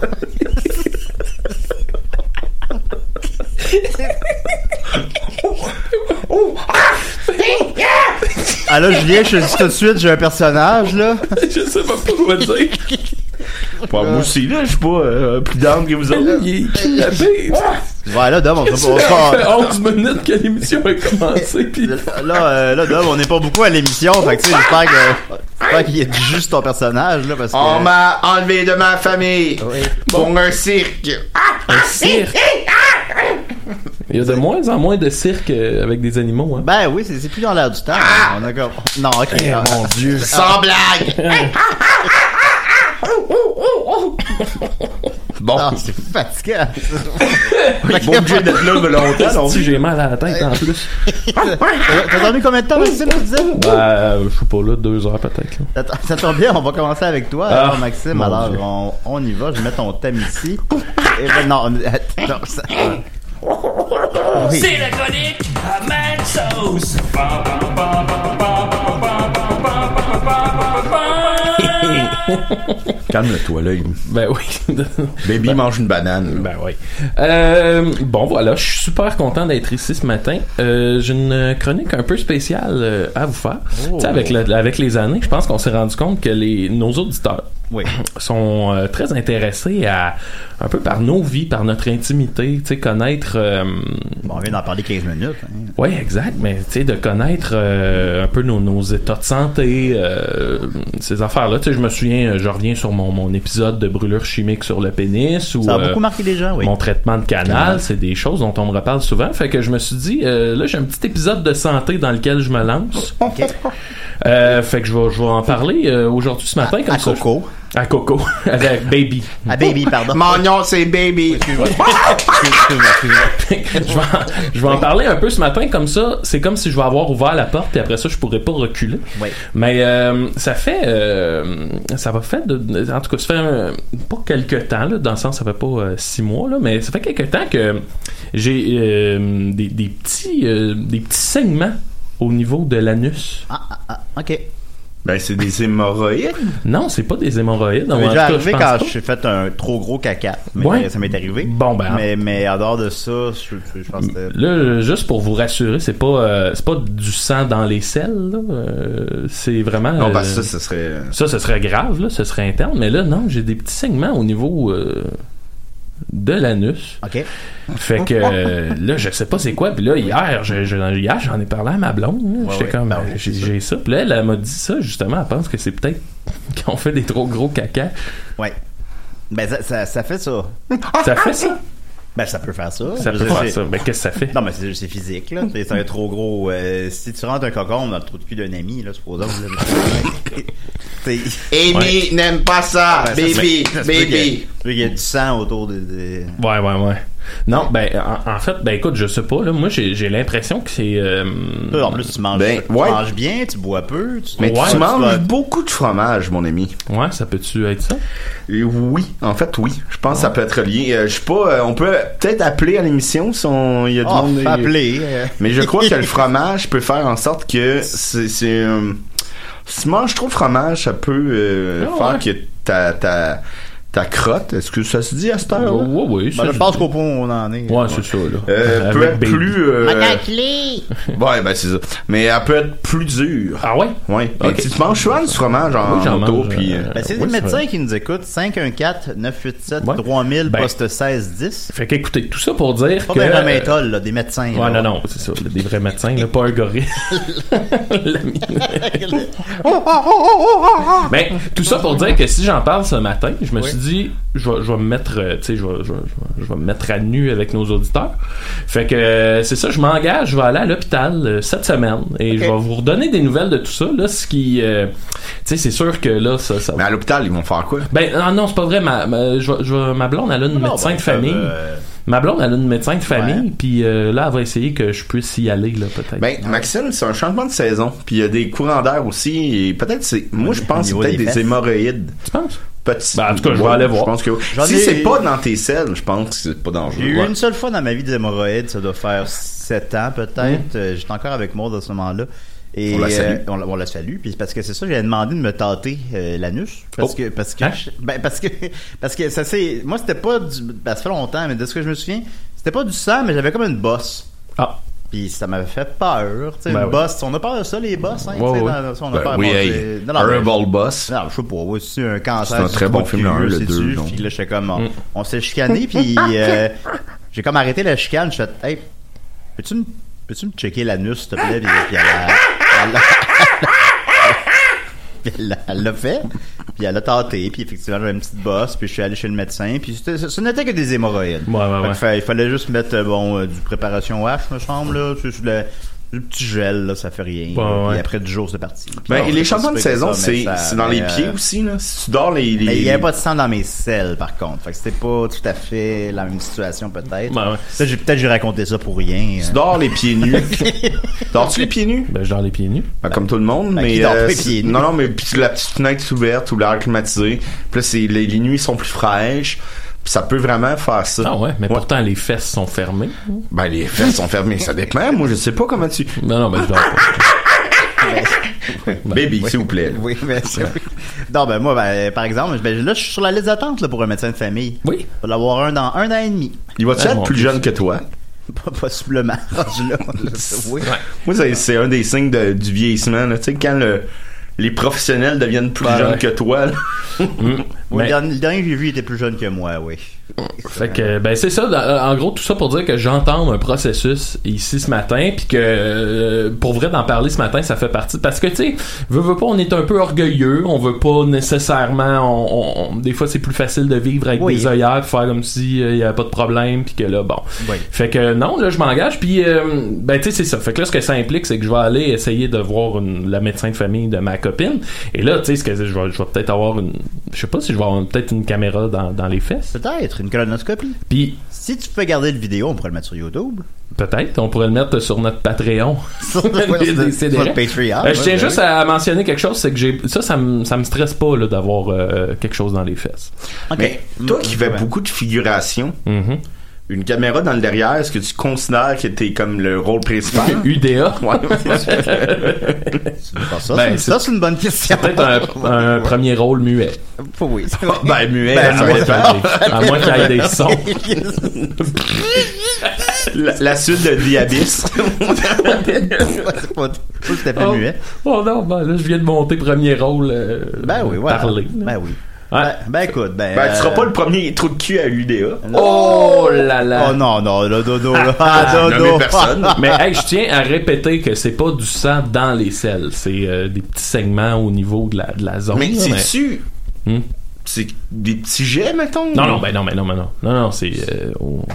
S3: Ah là, Julien, je te dis tout de suite, j'ai un personnage, là.
S4: Je sais pas pourquoi dire.
S5: Pas moi aussi, là, je suis pas euh, plus d'âme que vous
S4: Là,
S5: autres.
S4: Oh, il est kidnappé.
S3: Voilà, Dom, on sera
S4: Ça
S3: pas...
S4: fait 11 minutes que l'émission a commencé, pis.
S3: on- Là, euh, là, Dom, on n'est pas beaucoup à l'émission, fait que tu sais, j'espère que... J'espère qu'il y a juste ton personnage, là, parce que...
S5: On Oh, m'a enlevé de ma famille pour un cirque.
S4: Un cirque. ah! Il y a de moins en moins de cirques euh, avec des animaux, hein.
S3: Ben oui, c'est c'est plus dans l'air du temps. hein. On a comme... Non, ok. Ah, non.
S4: Eh, Dieu.
S5: Sans blague. bon,
S3: Ah, c'est fatigant.
S5: il est pas obligé d'être là mais longtemps. non
S4: Si
S5: plus.
S4: j'ai mal à la tête en plus.
S3: T'as t'as dormi combien de temps, Maxime, tu disais?
S4: Bah, je suis pas là, deux heures peut-être. là.
S3: Attends, Ça tombe bien, on va commencer avec toi,
S4: Ah,
S3: alors, Maxime.
S4: mon
S3: Alors,
S4: Dieu.
S3: on, on y va. Je mets ton thème ici. Et ben, non, on- attends, non, ça- Oui.
S5: Calme-toi, là.
S4: Ben oui.
S5: Baby mange une banane.
S4: ben oui. Euh, bon voilà, je suis super content d'être ici ce matin. Euh, J'ai une chronique un peu spéciale euh, à vous faire. Tu
S3: Oh.
S4: sais, avec, le- avec les années, je pense qu'on s'est rendu compte que les, nos auditeurs
S3: Oui.
S4: sont euh, très intéressés à un peu par nos vies, par notre intimité, tu sais, connaître. euh,
S3: Bon, on vient d'en parler 15 minutes. hein.
S4: ouais, exact, mais tu sais, de connaître euh, un peu nos, nos états de santé, euh, ces affaires-là. Tu sais, je me souviens, euh, je reviens sur mon, mon épisode de brûlure chimique sur le pénis ou
S3: Ça a
S4: euh,
S3: beaucoup marqué les gens, oui.
S4: mon traitement de canal, c'est des choses dont on me reparle souvent. Fait que je me suis dit, euh, là, j'ai un petit épisode de santé dans lequel je me lance. Euh, fait que je vais, je vais en parler euh, aujourd'hui ce matin. Comme
S3: À
S4: ça,
S3: Coco.
S4: À Coco. Avec Baby.
S3: Ah, baby, pardon.
S5: Mon nom, c'est Baby.
S4: je vais, en- je vais en parler un peu ce matin comme ça. C'est comme si je vais avoir ouvert la porte et après ça je pourrais pas reculer.
S3: Oui.
S4: Mais euh, ça fait, euh, ça va faire, de- de- en tout cas ça fait euh, pas quelques temps là, dans le sens ça fait pas euh, six mois là, mais ça fait quelques temps que j'ai euh, des, des petits, euh, des petits segments au niveau de l'anus.
S3: Ah, ah, ah, ok.
S5: Ben, c'est des hémorroïdes.
S4: Non, c'est pas des hémorroïdes.
S3: Ça
S4: en
S3: m'est
S4: tout
S3: déjà
S4: cas, je
S3: arrivé
S4: pense
S3: quand
S4: pas.
S3: j'ai fait un trop gros caca. Mais
S4: Ouais.
S3: Ça m'est arrivé.
S4: Bon, ben,
S3: Mais, mais en dehors de ça, je, je- je pense que.
S4: Là, euh, juste pour vous rassurer, c'est pas, euh, c'est pas du sang dans les selles. là. Euh, c'est vraiment.
S5: Non,
S4: euh,
S5: parce que ça, ce serait.
S4: Ça, ce serait grave, là, ce serait interne, mais là, non, j'ai des petits segments au niveau euh, de l'anus.
S3: Ok.
S4: Fait que euh, là, je sais pas c'est quoi. Puis là, hier, je- je- hier, j'en ai parlé à ma blonde. là. J'étais
S3: ouais,
S4: comme, euh,
S3: bah oui,
S4: j'ai j'ai ça. Puis là, elle, elle m'a dit ça, justement. Elle pense que c'est peut-être qu'on fait des trop gros caca.
S3: Ouais. Ben, ça, ça, ça fait ça.
S4: Ça fait ça?
S3: Ben, ça peut faire ça.
S4: Ça
S3: Je
S4: peut
S3: veux dire,
S4: faire
S3: c'est-
S4: ça. Mais qu'est-ce que ça fait?
S3: Non, mais c'est c'est physique, là. C'est un trop gros. euh, si tu rentres un cocon dans le trou de cul d'un ami, là, supposons. là, t'es-
S5: Amy
S4: Ouais.
S5: n'aime pas ça.
S3: ben, ça se
S5: Ah, baby,
S3: peut- ça se peut que-
S5: baby.
S3: Il y a du sang autour de. de-
S4: Ouais, ouais, ouais. Non, ben, en, en fait, ben, écoute, je sais pas, là. Moi, j'ai j'ai l'impression que c'est. euh,
S3: Toi, en plus, tu manges,
S5: Ben,
S3: tu
S5: ouais.
S3: manges bien, tu bois peu. Tu...
S5: Mais
S4: Ouais,
S5: tu
S4: tu
S5: manges
S3: vas-
S5: beaucoup de fromage, mon ami.
S4: ouais, ça peut-tu être ça?
S5: Et Oui, en fait, oui. Je pense que ça peut être lié. Euh, je sais pas, euh, on peut peut-être appeler à l'émission si on... il y a du
S4: Ah,
S3: Oh,
S5: monde.
S3: fais appeler. euh.
S5: Mais je crois que le fromage peut faire en sorte que c'est. c'est, euh, Si tu manges trop de fromage, ça peut euh,
S4: Ah,
S5: faire
S4: ouais.
S5: que ta, ta, ta crotte, est-ce que ça se dit à cette heure
S4: Ouais, ouais, ouais,
S3: Ben,
S4: ça,
S3: je pense qu'au point où on en est.
S4: Ouais, c'est ça, là.
S5: euh, peut
S4: Avec
S5: être
S4: Baby.
S5: plus. euh,
S6: Attends, clé.
S5: ouais, ben c'est ça. Mais elle peut être plus dure.
S4: Ah ouais?
S5: Ouais. Mais
S4: Ok.
S5: tu te manges souvent du fromage en
S4: Oui, j'en
S5: auto,
S4: mange,
S5: puis.
S4: euh,
S5: euh,
S3: Ben, c'est
S4: Oui,
S3: les
S4: c'est
S3: médecins
S4: vrai.
S3: qui nous écoutent. 514-987-3000,
S4: Ouais. Ben-
S3: poste 1610.
S4: Fait qu'écoutez, tout ça pour dire
S3: Pas
S4: que...
S3: des métal, là, des médecins.
S4: Ouais,
S3: là.
S4: non, non, c'est ça, des vrais médecins, là, pas un gorille. L'ami. Mais tout ça pour dire que si j'en parle ce matin, je me suis dit, je vais, je vais me mettre, euh, tu sais, je vais, je, vais- je vais- je vais me mettre à nu avec nos auditeurs. Fait que euh, c'est ça, je m'engage, je vais aller à l'hôpital euh, cette semaine et je vais vous redonner des nouvelles de tout ça. Là, ce qui, euh, tu sais, c'est sûr que là, ça, ça.
S5: Mais à l'hôpital, ils vont faire quoi?
S4: Ben ah non, c'est pas vrai. Ma, ma, je vais- je vais- ma blonde, elle a une
S3: Non,
S4: médecin
S3: ben,
S4: de famille.
S3: euh,
S4: Ma blonde, elle a une médecin de famille, puis euh, là, elle va essayer que je puisse y aller, là, peut-être.
S5: Ben, Maxime, c'est un changement de saison. Puis il y a des courants d'air aussi. Et peut-être c'est. Moi, je pense que c'est
S3: niveau
S5: peut-être
S3: des
S5: des,
S3: fesses.
S5: hémorroïdes.
S4: tu penses?
S5: Petit-
S4: Ben, en tout cas, je vais
S5: Ouais,
S4: aller voir.
S5: Je pense que.
S3: J'en
S5: Si
S3: ai-
S5: c'est pas dans tes selles, je pense que c'est pas dangereux.
S3: J'ai eu
S5: Ouais.
S3: une seule fois dans ma vie des hémorroïdes, ça doit faire 7 ans peut-être. Euh, J'étais encore avec Maud à ce moment-là. Et
S5: On la salue.
S3: euh, on, la- on la salue. Puis parce que c'est ça, j'avais demandé de me tâter euh, l'anus. Parce
S4: Oh.
S3: que parce que
S4: Hein?
S3: je- ben, parce que parce que ça c'est. Moi c'était pas du. Ben, ça fait longtemps, mais de ce que je me souviens, c'était pas du sang, mais j'avais comme une bosse.
S4: Ah,
S3: Puis ça m'avait fait peur. tu sais,
S4: Ben
S3: une
S4: oui.
S3: bosse. On a peur de ça, les bosses, hein, tu sais,
S4: Ouais, ouais.
S3: dans- on a
S5: Ben
S3: peur
S5: oui,
S3: moi,
S5: hey,
S3: j'ai- non, non, mais-
S5: Horrible boss.
S3: non, je sais pas, ouais, c'est un cancer.
S5: C'est un
S3: du
S5: très
S3: trou
S5: bon
S3: de
S5: film,
S3: cul,
S5: le un, le
S3: c'est-tu?
S5: deux, non.
S3: Puis là, j'étais comme, on,
S4: Mm.
S3: on s'est chicané, puis euh, j'ai comme arrêté la chicane. Je fait, hey, peux-tu me, peux-tu me checker l'anus, s'il te plaît? Puis, puis elle a- elle a- puis elle l'a- elle l'a fait, puis elle l'a tenté, puis effectivement, j'avais une petite bosse, puis je suis allé chez le médecin, puis c'était- ce ce n'était que des hémorroïdes.
S4: Ouais, ouais,
S3: Fait que
S4: ouais.
S3: fait- il fallait juste mettre, euh, bon, euh, du préparation H, me semble, là, tu sais, sur le, du petit gel, là, ça fait rien.
S4: Ouais,
S3: là.
S4: ouais.
S3: Puis après, du jour, c'est parti.
S5: Ben,
S3: Non,
S5: et
S3: c'est
S5: les
S3: pas
S5: changements de
S3: si pire que
S5: saison,
S3: ça, mais
S5: c'est
S3: ça-
S5: c'est dans les
S3: mais,
S5: pieds
S3: euh,
S5: aussi, là. Si tu dors les. les-
S3: Mais il n'y avait pas de sang dans mes selles, par contre. Fait que c'était pas tout à fait la même situation, peut-être.
S4: Ben ouais.
S3: Ça, j'ai- Peut-être j'ai raconté ça pour rien.
S5: Tu dors les pieds nus. Dors-tu les pieds nus?
S4: ben, je dors les pieds nus.
S5: Ben, comme tout le monde,
S3: Ben, qui
S5: mais.
S3: dort pas les
S5: c'est-
S3: pieds nus?
S5: non, non, mais puis la petite fenêtre est ouverte ou l'air climatisé. Puis là, c'est- les, les nuits sont plus fraîches. Puis ça peut vraiment faire ça.
S4: Ah ouais, mais pourtant, les fesses sont fermées.
S5: Ben, les fesses sont fermées. Ça dépend. Moi, je sais pas comment tu.
S4: Non, non, ben, je dors pas. Ben,
S5: Baby, s'il vous plaît.
S3: Oui, mais c'est- Non, ben moi, ben, par exemple, ben, là, je suis sur la liste d'attente là, pour un médecin de famille.
S4: Oui.
S3: Il va l'avoir un dans un an et demi.
S5: Il va-tu
S4: Ah,
S5: être
S4: mon
S5: plus
S4: Dieu.
S5: jeune que toi?
S3: Pas possiblement rendu là. Oui.
S5: Moi, c'est- c'est un des signes de- du vieillissement. là. Tu sais, quand le- les professionnels deviennent plus
S4: Ben, Ouais,
S5: jeunes
S4: ouais.
S5: que toi, là.
S3: Oui,
S4: Mais-
S3: le, dernier, le dernier que j'ai vu était plus jeune que moi, oui.
S4: Fait que, ben, c'est ça. dans- En gros, tout ça pour dire que j'entends un processus ici ce matin, puis que, euh, pour vrai, d'en parler ce matin, ça fait partie. Parce que, tu sais, veut, veut pas, on est un peu orgueilleux, on veut pas nécessairement. On, on- on- des fois, c'est plus facile de vivre avec
S3: Oui.
S4: des œillères, puis faire comme si euh, il y avait pas de problème, puis que là, bon.
S3: Oui.
S4: Fait que, non, là, je m'engage, puis, euh, ben, tu sais, c'est ça. Fait que là, ce que ça implique, c'est que je vais aller essayer de voir une- la médecin de famille de ma copine. Et là, tu sais, ce que je vais, je vais peut-être avoir une. Je sais pas si je vais avoir peut-être une caméra dans, dans les fesses.
S3: Peut-être une colonoscopie.
S4: Puis,
S3: Si tu peux garder le vidéo, on pourrait le mettre sur YouTube.
S4: Peut-être, on pourrait le mettre sur notre Patreon.
S3: Sur notre-
S4: Des- des-
S3: sur
S4: des-
S3: notre Patreon,
S4: Euh, je tiens
S3: ouais, ben
S4: juste à mentionner quelque chose, c'est que j'ai ça, ça me ça me stresse pas là d'avoir euh, quelque chose dans les fesses.
S3: Ok.
S5: Mais toi
S3: Mm,
S5: qui fais
S3: ouais.
S5: beaucoup de figuration,
S4: Mhm.
S5: une caméra dans le derrière, est-ce que tu considères que t'es comme le rôle principal?
S4: UDA,
S5: Ouais.
S3: Tu veux faire ça,
S4: Ben,
S3: c'est-
S4: c'est-
S3: ça, c'est une bonne question.
S4: peut-être un, un premier rôle muet.
S3: Oui. c'est vrai.
S5: ben, muet,
S3: Ben,
S5: à
S3: ça
S4: À
S5: moins
S4: moins
S5: de
S4: qu'il y
S5: faire
S4: ait des- à moins qu'il y ait des sons.
S5: la, la suite de The Abyss.
S3: C'est pas c'est pas tout à fait muet.
S4: Oh non, ben là je viens de monter premier rôle euh,
S3: Ben oui, voilà.
S4: parler.
S3: Ben oui.
S4: Ouais.
S3: Ben, ben écoute, ben.
S5: ben, tu seras
S3: euh,
S5: pas le premier trou de cul à UDA.
S4: Oh là là.
S3: Oh non, non, le dodo, là. Ah, dodo.
S5: Nommé personne.
S4: Mais hey, je tiens à répéter que c'est pas du sang dans les selles, c'est euh, des petits segments au niveau de la, de la zone.
S5: Mais
S4: là,
S5: c'est-tu...
S4: Hmm.
S5: Ah. C'est des petits jets, mettons?
S4: Non, non, ben non, ben non, ben non. Non, non, c'est. euh, oh,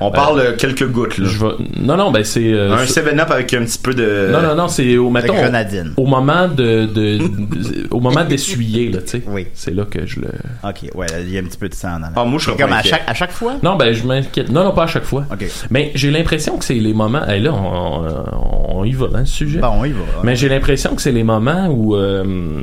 S5: On parle euh, quelques gouttes, là.
S4: je vais- Non, non, ben c'est. euh,
S5: Un
S4: c'est-
S5: 7-up avec un petit peu de...
S4: Non, non, non, c'est au
S3: Avec
S4: mettons,
S3: grenadine.
S4: Au moment de, de- de- au moment d'essuyer, là, tu sais.
S3: Oui.
S4: C'est là que je le.
S3: Ok, ouais, là, il y a un petit peu de sang dans la.
S5: Ah, moi, je serais
S3: Comme
S5: pas
S3: à
S5: inquiet.
S3: chaque, à chaque fois?
S4: Non, ben je m'inquiète. Non, non, pas à chaque fois.
S3: Ok.
S4: Mais j'ai l'impression que c'est les moments. Et là, on, on- on y va dans le sujet.
S3: Bon, il va.
S4: Mais j'ai l'impression que c'est les moments où. euh,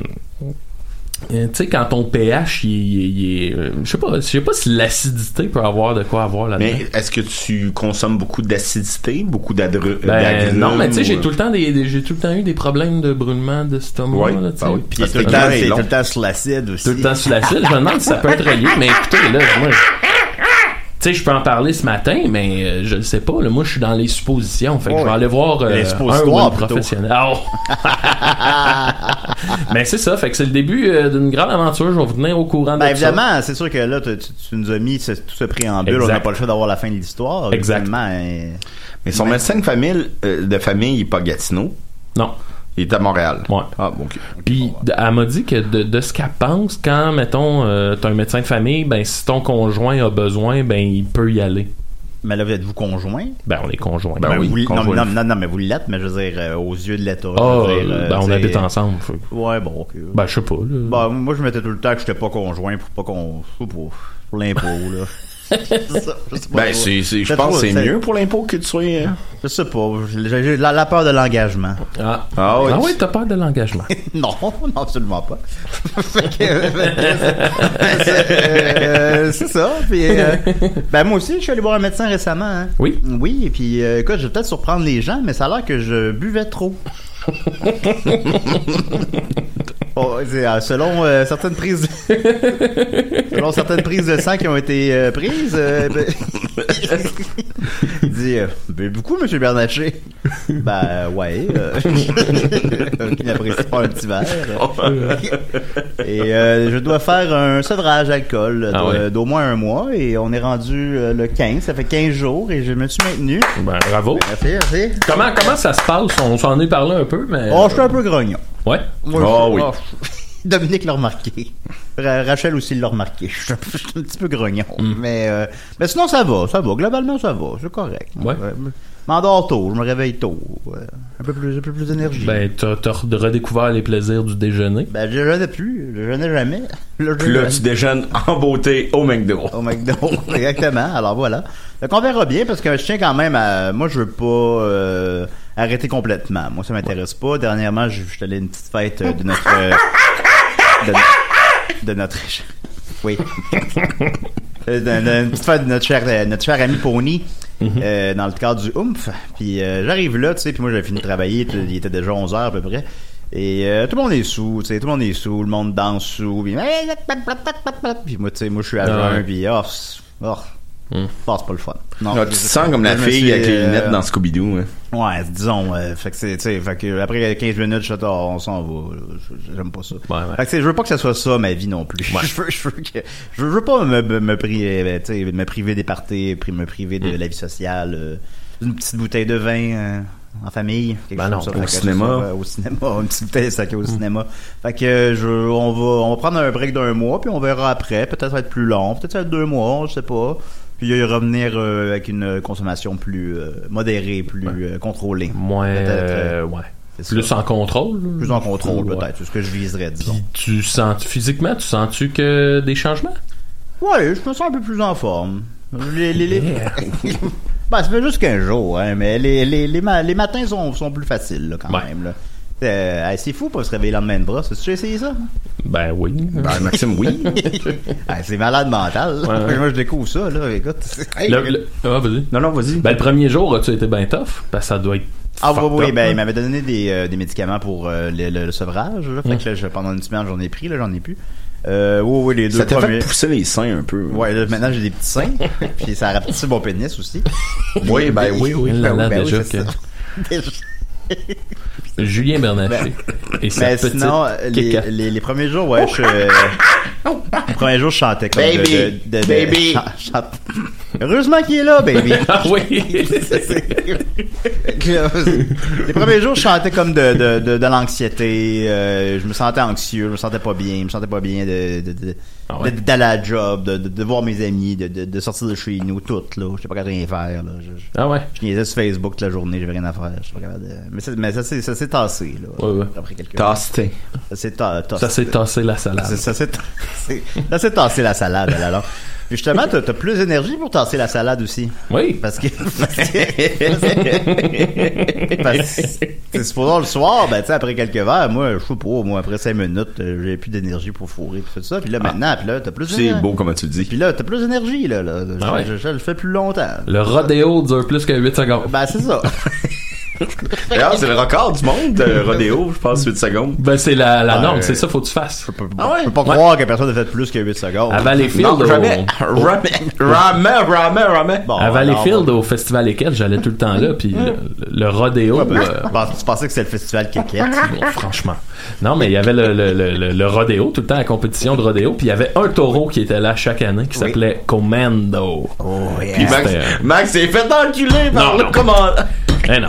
S4: euh, tu sais, quand ton pH, il, il- il est. euh, Je sais pas, je sais pas si l'acidité peut avoir de quoi avoir là-dedans.
S5: Mais est-ce que tu consommes beaucoup d'acidité, beaucoup d'adru...
S4: Ben,
S5: d'agrumes
S4: non, mais tu sais,
S5: ou-
S4: j'ai tout le temps des, des- j'ai tout le temps eu des problèmes de brûlement d'estomac,
S5: Ouais,
S4: là, tu sais.
S5: bah oui.
S3: Puis il est
S5: Parce
S3: tout le
S5: que
S3: temps,
S5: le gars est
S3: c'est
S5: long.
S3: tout le temps sur l'acide aussi.
S4: Tout le temps sur la selle. Je me demande si ça peut être relié, mais écoutez, là, moi, je... Tu sais, je peux en parler ce matin, mais euh, je le sais pas. Là, moi, je suis dans les suppositions. Fait que
S3: Ouais.
S4: je vais aller voir euh,
S3: Les
S4: un ou
S3: suppositoires,
S4: une
S3: plutôt.
S4: professionnelle. Ah, oh! mais c'est ça. Fait que c'est le début euh, d'une grande aventure. Je vais vous tenir au courant
S3: Ben
S4: de ça.
S3: évidemment, c'est sûr que là, tu, tu- tu nous as mis ce- tout ce préambule,
S4: Exact.
S3: on n'a pas le choix d'avoir la fin de l'histoire.
S4: Exact.
S3: Évidemment, euh,
S5: Mais son médecin de famille, euh, de famille, il est pas à Gatineau.
S4: Non.
S5: Il est à Montréal.
S4: Ouais.
S5: Ah, bon, ok.
S4: Puis d- elle m'a dit que de, de ce qu'elle pense, quand mettons euh, t'as un médecin de famille, ben si ton conjoint a besoin, ben il peut y aller.
S3: Mais là, vous êtes-vous conjoint?
S4: Ben on est conjoint.
S5: Ben oui,
S3: vous, non, non,
S5: conjoint.
S3: non, non, mais vous l'êtes, mais je veux dire, euh, aux yeux de l'État. je
S4: Ah,
S3: veux dire,
S4: euh,
S3: euh,
S4: ben on
S3: c'est-
S4: habite ensemble. fait-
S3: Ouais, bon, ok. Ben,
S4: Ben je sais pas. Là.
S3: moi, je mettais tout le temps que j'étais pas conjoint pour pas qu'on. Pour, pour, pour l'impôt, là. C'est ça, je sais pas
S5: Ben,
S3: trop.
S5: c'est, c'est- je
S3: C'est
S5: pense
S3: trop,
S5: que c'est
S3: c'est-
S5: mieux pour l'impôt que tu sois. euh,
S3: Je sais pas, j'ai j'ai la, la peur de l'engagement.
S4: Ah,
S5: Ah oui.
S4: ah oui, t'as peur de l'engagement.
S3: Non, non, absolument pas. Fait que, euh, euh, c'est ça. Puis, euh, ben moi aussi, je suis allé voir un médecin récemment. hein.
S4: Oui.
S3: Oui, et puis euh, écoute, je vais peut-être surprendre les gens, mais ça a l'air que je buvais trop. Oh, c'est, euh, selon euh, certaines prises, selon certaines prises de sang qui ont été euh, prises, euh, ben- il dit euh, Ben, beaucoup Monsieur Bernatchez. ben ouais, euh, qui n'apprécie pas un petit verre. Et euh, je dois faire un sevrage alcool euh,
S4: Ah
S3: d'au-
S4: ouais.
S3: d'au moins un mois et on est rendu euh, le 15, ça fait 15 jours et je me suis maintenu.
S4: Ben bravo.
S3: Merci, merci.
S4: Comment, comment ça se passe? On s'en est parlé un peu, mais.
S3: Oh, je suis un peu grognon.
S4: Ouais.
S3: Moi,
S5: Ah
S3: je-
S5: oui.
S3: je- Dominique l'a remarqué. Ra- Rachel aussi l'a remarqué. Je suis un peu- je suis un petit peu grognon. Mais, euh, mais sinon, ça va, ça va. Globalement, ça va. C'est correct.
S4: Ouais.
S3: Je m'endors tôt, je me réveille tôt. Euh, Un peu plus, un peu plus d'énergie.
S4: Ben, t'as, t'as redécouvert les plaisirs du déjeuner.
S3: Ben, je jeûnais plus. Je jeûnais jamais. Là, je
S5: Puis là,
S3: jeûne.
S5: tu déjeunes en beauté au McDo.
S3: Au McDo, exactement. Alors voilà. Donc on verra bien parce que je tiens quand même à. Moi, je veux pas euh, arrêter complètement. Moi, ça m'intéresse pas. Dernièrement, je je suis allé à une petite fête euh, de notre. euh, de, de notre. Oui. Euh, de- de- une petite fête de notre cher, euh, notre cher ami Pony.
S4: Mm-hmm.
S3: euh, dans le cadre du Oomph. Puis euh, j'arrive là, tu sais, puis moi j'avais fini de travailler, puis il était déjà 11h à peu près. Et euh, tout le monde est sous, tu sais, tout le monde est sous, le monde danse sous, puis, puis moi, tu sais, moi je suis à
S4: Ah ouais. Mm.
S3: jeun, puis oh, c'est- oh, Bon, c'est pas le fun. Non,
S5: Ah, tu te sens comme la
S3: Je me
S5: fille
S3: suis,
S5: avec les
S3: euh,
S5: lunettes dans Scooby-Doo. hein.
S3: Ouais, disons, euh, fait que c'est, tu sais, fait que après 15 minutes, je suis là, on s'en va. Je- J'aime pas ça.
S4: Ouais, ouais.
S3: Fait que, tu sais, je veux pas que ça soit ça ma vie non plus. je veux, je veux que, je veux pas me, me, me priver, ben, tu sais, me priver des parties, puis me priver
S4: Mm.
S3: de la vie sociale, euh, une petite bouteille de vin. euh, en famille, quelque
S4: Ben
S3: chose
S4: non,
S3: comme ça.
S5: au
S3: Fait que
S5: cinéma.
S3: ça, euh, au cinéma, une petite bouteille de saké au
S4: Hmm.
S3: cinéma. Fait que euh, je, on va, on va prendre un break d'un mois, puis on verra après. Peut-être ça va être plus long, peut-être ça va être deux mois, je sais pas. Puis euh, revenir euh, avec une consommation plus euh, modérée, plus euh, contrôlée.
S4: Moins.
S3: Peut-être,
S4: euh,
S3: euh,
S4: ouais.
S3: c'est
S4: Plus
S3: ça.
S4: en contrôle. là.
S3: plus en contrôle,
S4: Ouais.
S3: peut-être. C'est ce que je viserais, disons.
S4: Puis tu sens physiquement, tu sens-tu que des changements
S3: Ouais, je me sens un peu plus en forme. Les, les, les... Ben, ça fait juste qu'un jour, hein, mais les, les, les, ma- les matins sont, sont plus faciles, là, quand
S4: Ouais.
S3: même. Là. Euh, hey, c'est fou pas se réveiller le lendemain de bras. As-tu essayé ça?
S4: Ben oui.
S5: Ben, Maxime, oui.
S3: Ah, c'est malade mental. là.
S4: Ouais, ouais.
S3: Moi, je découvre ça, là. Écoute.
S4: Le-
S3: ben,
S4: le- ah, vas-y.
S5: non, non, vas-y.
S4: Ben le premier jour, tu été ben tough Ben ça doit être.
S3: Ah, oui,
S4: fucked
S3: oui,
S4: up,
S3: ben,
S4: hein.
S3: il m'avait donné des, euh, des médicaments pour euh, le, le- le sevrage. Là. Fait que là, je- pendant une semaine, j'en ai pris, là, j'en ai plus. Euh, oui, oui, les deux
S5: Ça t'a fait
S3: premiers.
S5: pousser les seins un peu.
S3: Ouais, là, maintenant, j'ai des petits seins. puis ça rapetit mon pénis aussi.
S5: Oui, ben oui.
S4: oui, là, là,
S3: Ben oui,
S4: déjà
S3: c'est
S4: que-
S3: ça. Déjà.
S4: Julien Bernatchez. Et sa
S3: Ben, Mais
S4: petite
S3: sinon, euh, les,
S4: caca.
S3: les, les premiers jours, ouais, je. euh, les premiers jours, je chantais comme
S5: Baby,
S3: de- de- de- de-
S5: baby.
S3: chan- chante- Heureusement qu'il est là, baby.
S4: Ah oui.
S3: les premiers jours, je chantais comme de, de, de, de l'anxiété. euh, je me sentais anxieux, je me sentais pas bien, je me sentais pas bien de, de, de-
S4: Ah ouais.
S3: de- d'aller à la job, de, de, de voir mes amis, de, de, de sortir de chez nous, tout, là. Je sais pas rien faire, là. Je, je-
S4: Ah ouais.
S3: je niaisais sur Facebook toute la journée, j'avais rien à faire. Je suis pas capable de... Mais, ça- mais ça, s'est- ça s'est tassé, là.
S4: Ouais, ouais.
S3: Après quelques
S5: Tasté.
S3: Ça s'est ta- tassé.
S4: Ça s'est tassé la salade.
S3: C'est- Ça s'est tassé. Ça s'est tassé la salade, là, là. Puis justement, t'as t'as plus d'énergie pour tasser la salade aussi.
S4: Oui.
S3: Parce que. Parce que. parce que- c'est supposons le soir, ben, tu sais, après quelques verres, moi, je sais pas, moi, après 5 minutes, euh, j'ai plus d'énergie pour fourrer, puis tout ça.
S4: Ah.
S3: Puis là, maintenant, puis là, t'as plus
S5: C'est
S3: d'énergie.
S5: beau, comme tu le dis.
S3: Puis là, t'as plus d'énergie, là. là. Je,
S4: Ah ouais.
S3: je- je le fais plus longtemps.
S4: Le rodéo dure plus que 8 secondes.
S3: Ben, c'est ça.
S5: D'ailleurs, c'est le record du monde, le rodéo, je pense, 8 secondes.
S4: Ben c'est la, la
S3: Ah,
S4: norme,
S3: euh,
S4: c'est ça faut que tu fasses.
S5: Ah ouais?
S3: Je peux pas croire que personne n'a fait plus que 8 secondes.
S4: À Valleyfield,
S5: Non,
S4: au-
S5: jamais. Ramen, ramen, ramen, ramen.
S3: Bon,
S4: à
S3: alors,
S4: Valleyfield, au festival Équette, j'allais tout le temps là, puis le, le rodéo,
S3: Ouais, ben,
S4: euh,
S3: je pense- Tu pensais que c'était le festival Kékette?
S4: bon, franchement. Non, mais il y avait le, le, le, le- le rodéo, tout le temps la compétition de rodéo, puis il y avait un taureau qui était là chaque année, qui s'appelait Commando.
S3: Oh, yeah.
S5: Puis Max,
S4: C'était- euh,
S5: Max s'est fait enculer par
S4: Non,
S5: le
S4: non.
S5: commandant.
S4: Eh non.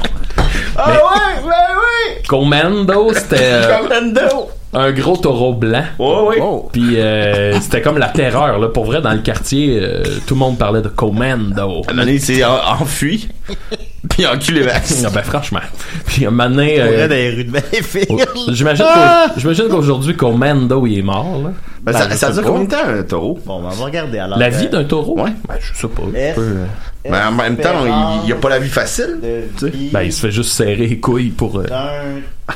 S5: Ah ouais, ouais, ouais.
S4: Commando, c'était euh,
S5: Commando.
S4: un gros taureau blanc.
S3: Oh,
S5: Ouais, ouais.
S4: Puis euh, c'était comme la terreur, là. Pour vrai, dans le quartier, euh, tout le monde parlait de Commando.
S5: Un moment donné, il s'est en- enfui. Puis enculé Max.
S4: Ah, ben franchement. Puis un moment donné,
S3: Pour
S4: euh,
S3: vrai, dans les rues de Valleyfield.
S4: Oh, J'imagine
S3: Ah!
S4: qu'au- j'imagine qu'aujourd'hui, Commando, il est mort. là.
S3: Ben,
S5: Ben, ça,
S3: je
S5: ça
S3: sais
S5: dure
S3: pas.
S5: combien de temps, un taureau?
S3: Bon, ben, on va regarder alors.
S4: La
S3: Euh,
S4: vie d'un taureau?
S5: Ouais.
S4: Ben, je sais pas.
S3: F-
S4: Je peux-
S5: Ben, en même temps, il- il n'y a pas la vie facile.
S3: de
S5: tu sais.
S3: vie
S4: Ben, il se fait juste serrer les couilles pour. euh,
S3: d'un-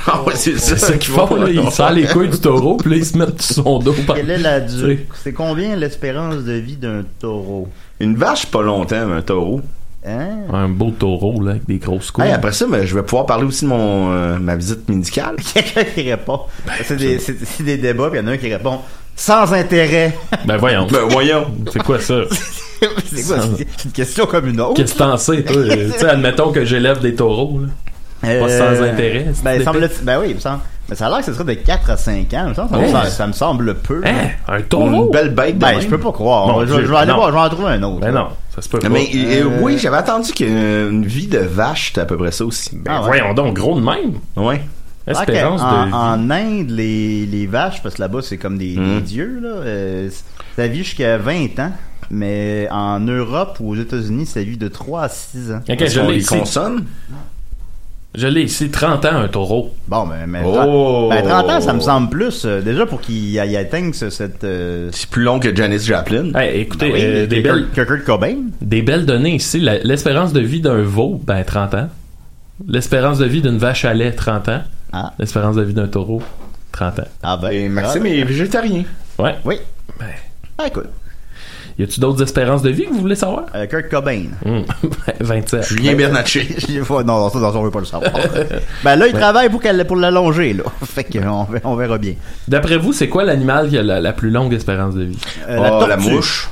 S5: Ah ouais, c'est
S4: C'est ça
S5: ça
S4: qu'ils font, là. Ils serrent les couilles du taureau, puis là, ils se mettent sur son dos. par-
S3: Quelle est la
S4: Tu sais.
S3: durée? C'est combien l'espérance de vie d'un taureau?
S5: Une vache, pas longtemps, mais un taureau.
S3: Hein?
S4: Un beau taureau, là, avec des grosses couilles.
S5: Hey, après ça, ben, je vais pouvoir parler aussi de mon, euh, ma visite médicale.
S3: Quelqu'un qui répond.
S4: Ben,
S3: c'est des, c'est- c'est des débats, puis il y en a un qui répond sans intérêt.
S4: Ben, voyons.
S5: Ben, voyons.
S4: C'est quoi ça?
S3: c'est quoi? C'est c'est une question comme une autre.
S4: Qu'est-ce que t'en sais, toi? Euh, Tu sais, admettons que j'élève des taureaux, là.
S3: Euh,
S4: Pas sans intérêt. c'est
S3: Ben,
S4: des
S3: semble ben oui, il me semble. Mais ça a l'air que ce serait de 4 à 5 ans. il me semble. Ça, me
S4: Ouais.
S3: semble- ça me semble peu.
S4: Oh. Hein? Un
S5: Une
S4: taureau?
S5: belle bête de
S3: Ben,
S5: même.
S3: je peux pas croire.
S4: Bon,
S3: je, je
S4: Dieu,
S3: vais aller
S4: non.
S3: voir, je vais en trouver un autre.
S4: Ben, non, ça se peut pas.
S5: Mais euh, oui, j'avais attendu qu'une vie de vache, c'était à peu près ça aussi. Ben,
S3: Ah, ouais.
S4: Voyons donc, gros de même.
S5: Ouais.
S3: Ah, que
S4: Espérance
S3: en,
S4: de.
S3: en Inde, les, les vaches, parce que là-bas, c'est comme des,
S4: Hmm.
S3: des dieux, là, euh, c- ça vit jusqu'à 20 ans. Mais en Europe ou aux États-Unis, ça vit de 3 à 6 ans.
S4: Ok, je
S5: On
S4: l'ai
S5: les
S4: ici.
S5: consonne.
S4: Je l'ai ici, 30 ans, un taureau.
S3: Bon, ben, mais,
S5: Oh!
S3: ben, 30 ans, ça me semble plus. euh, déjà, pour qu'il y- y atteigne ce- cette... euh,
S5: C'est plus long que Janice Joplin.
S4: Hey, écoutez,
S3: ben oui,
S4: euh,
S3: que-
S4: des,
S3: que-
S4: belles,
S3: que Kurt Cobain.
S4: des belles données ici. La- L'espérance de vie d'un veau, ben 30 ans. L'espérance de vie d'une vache à lait, 30 ans.
S3: Ah,
S4: L'espérance de vie d'un taureau, 30 ans.
S3: ah ben.
S5: Et Maxime
S3: ah,
S5: est végétarien.
S4: Ouais.
S3: Oui.
S4: Ben,
S3: Ah, écoute,
S4: y a-tu d'autres espérances de vie que vous voulez savoir?
S3: euh, Kurt Cobain.
S4: Hum, 27.
S5: Julien Bernatchez.
S3: Je l'ai pas- non, ça, dans ça, on veut pas le savoir. ben là, il travaille pour, qu'elle- pour l'allonger, là. Fait qu'on ver- on verra bien.
S4: D'après vous, c'est quoi l'animal qui a la, la plus longue espérance de vie?
S3: Euh,
S5: oh, la,
S3: tortue.
S5: mouche.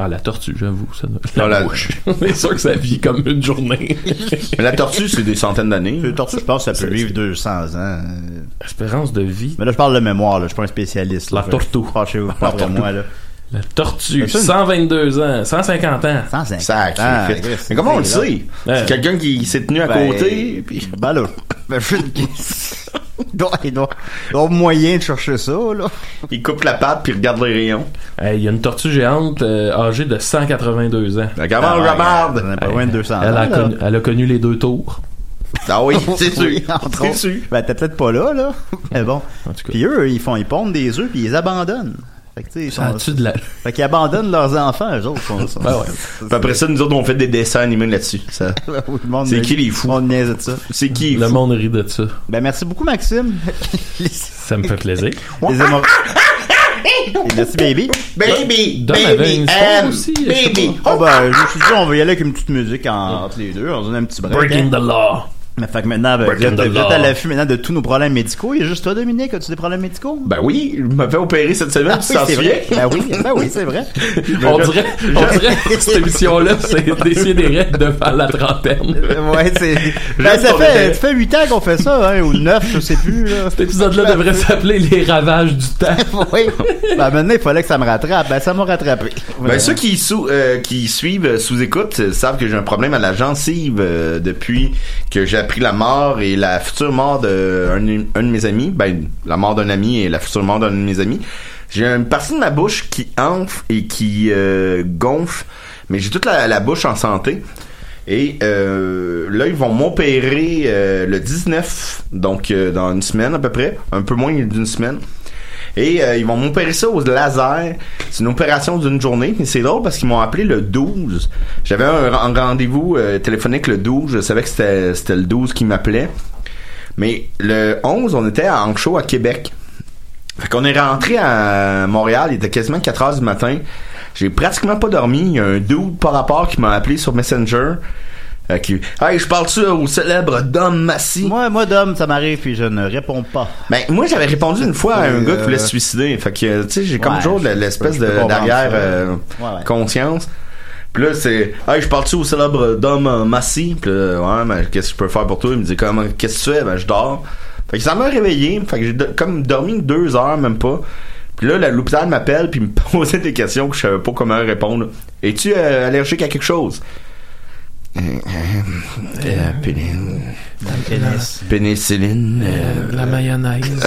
S4: Ah, la tortue, j'avoue. Ça... doit-
S5: Non, la-
S4: mouche. On est sûr que ça vit comme une journée.
S5: Mais la tortue, c'est des centaines d'années.
S3: Une tortue, je pense que ça peut
S4: c'est-
S3: vivre 200 ans. euh.
S4: Espérance de vie.
S3: Mais là, je parle de mémoire, là. je suis pas un spécialiste. Là,
S4: La tortue.
S3: Fâchez-vous pas pour moi. Là.
S4: La tortue,
S3: C'est ça, une-
S4: 122 ans, 150 ans.
S3: 150
S5: Sacré
S3: ans,
S5: fils.
S3: Ah, Chris,
S5: Mais comment on le
S3: c'est là.
S5: sait?
S4: Ouais.
S5: C'est quelqu'un qui s'est tenu à
S3: Ben,
S5: côté, puis...
S3: Ben là, ben, je... il doit, il doit- il doit avoir moyen de chercher ça, là.
S5: Il coupe la patte, puis il regarde les rayons.
S4: Hey, Il y a une tortue géante euh, âgée de 182 ans.
S5: Comment
S3: Ah,
S5: on le
S3: On
S5: regarde?
S3: n'a pas moins de 200
S4: Elle
S3: ans.
S4: a,
S3: là.
S4: connu, elle a connu les deux tours.
S5: Ah oui, c'est sûr.
S3: Oui, entre
S5: C'est
S3: autres.
S5: sûr.
S3: Ben, t'es peut-être pas là, là. Mais bon.
S4: En tout cas.
S3: Puis eux, ils font, ils pondent des œufs, puis ils les abandonnent. Fait que, tu sais, ils
S4: Ça
S3: sont-
S4: a-tu de la...
S3: fait qu'ils abandonnent leurs enfants, eux autres. sont- sont-
S4: Ben ouais.
S5: Puis après ça, nous autres, on fait des dessins animés là-dessus. Ça-
S3: Le monde-
S5: C'est qui les fous?
S3: Le monde niaise de ça.
S5: C'est qui?
S4: Le monde rit de ça.
S3: Ben, merci beaucoup, Maxime. les
S4: Ça me fait plaisir.
S3: les émo-
S5: ah,
S3: Et Merci, baby.
S5: oh, Baby!
S4: Don avait une
S5: Baby!
S4: histoire
S5: M,
S4: aussi, je sais
S5: Baby!
S3: Ah ben, je me suis dit, on va y aller avec une petite musique en- entre les deux. On donne un petit break.
S4: Breaking
S3: hein.
S4: the law.
S3: Mais fait que maintenant, ben, vous
S4: Breaking
S3: êtes,
S4: the
S3: vous êtes
S4: law.
S3: à l'affût maintenant de tous nos problèmes médicaux. Il y a juste toi, Dominique, as-tu des problèmes médicaux?
S5: Ben oui, je me fait opérer cette semaine, tu
S3: Oui,
S5: t'en
S3: c'est
S5: souviens?
S3: vrai. Ben oui, ben oui, c'est vrai.
S4: On dirait, on dirait que cette émission-là, c'est décidé de faire la trentaine.
S3: Ouais, c'est. Ben,
S5: Juste
S3: ça
S5: pour
S3: fait,
S5: le-
S3: ça fait 8 ans qu'on fait ça, hein, ou 9, je sais plus, là.
S4: Cet épisode-là devrait s'appeler Les ravages du temps.
S3: Oui. Ben, maintenant, il fallait que ça me rattrape. Ben, ça m'a rattrapé.
S5: Ben, ceux qui, sou- euh, qui suivent euh, sous écoute euh, savent que j'ai un problème à la gencive euh, depuis que j'ai appris la mort et la future mort d'un un de mes amis. Ben, la mort d'un ami et la future mort d'un de mes amis. J'ai une partie de ma bouche qui enfle et qui euh, gonfle, mais j'ai toute la, la bouche en santé. Et euh, là, ils vont m'opérer euh, le 19, donc euh, dans une semaine à peu près, un peu moins d'une semaine. Et euh, ils vont m'opérer ça au laser. C'est une opération d'une journée. Et c'est drôle parce qu'ils m'ont appelé le 12. J'avais un, un rendez-vous euh, téléphonique le 12. Je savais que c'était, c'était le 12 qui m'appelait. Mais le 11, on était à Ancho à Québec. Fait qu'on est rentré à Montréal, il était quasiment 4 heures du matin. J'ai pratiquement pas dormi. Il y a un dude par rapport qui m'a appelé sur Messenger. euh, qui, hey, je parle-tu au célèbre Dom Massy?
S3: Moi, moi, d'homme, ça m'arrive, puis je ne réponds pas.
S5: Ben, moi, j'avais répondu une fois à un
S3: Euh,
S5: gars qui voulait se suicider. Fait que, tu sais, j'ai comme
S3: Ouais,
S5: toujours
S3: je-
S5: l'espèce
S3: je peux
S5: de
S3: comprendre
S5: derrière
S3: ça.
S5: euh,
S3: Ouais, ouais.
S5: conscience. Puis là, c'est « Hey, je parle-tu au célèbre Dom Massy? » Puis là, « Ouais, mais qu'est-ce que je peux faire pour toi? » Il me dit « Comment, qu'est-ce que tu fais? » Ben, je dors. Fait que ça m'a réveillé. Fait que j'ai do- comme dormi deux heures, même pas. Puis là, la- l'hôpital m'appelle puis il me posait des questions que je savais pas comment répondre. « Es-tu euh, allergique à quelque chose? » Euh, euh, euh, pénic- Pénicilline. euh,
S4: La mayonnaise.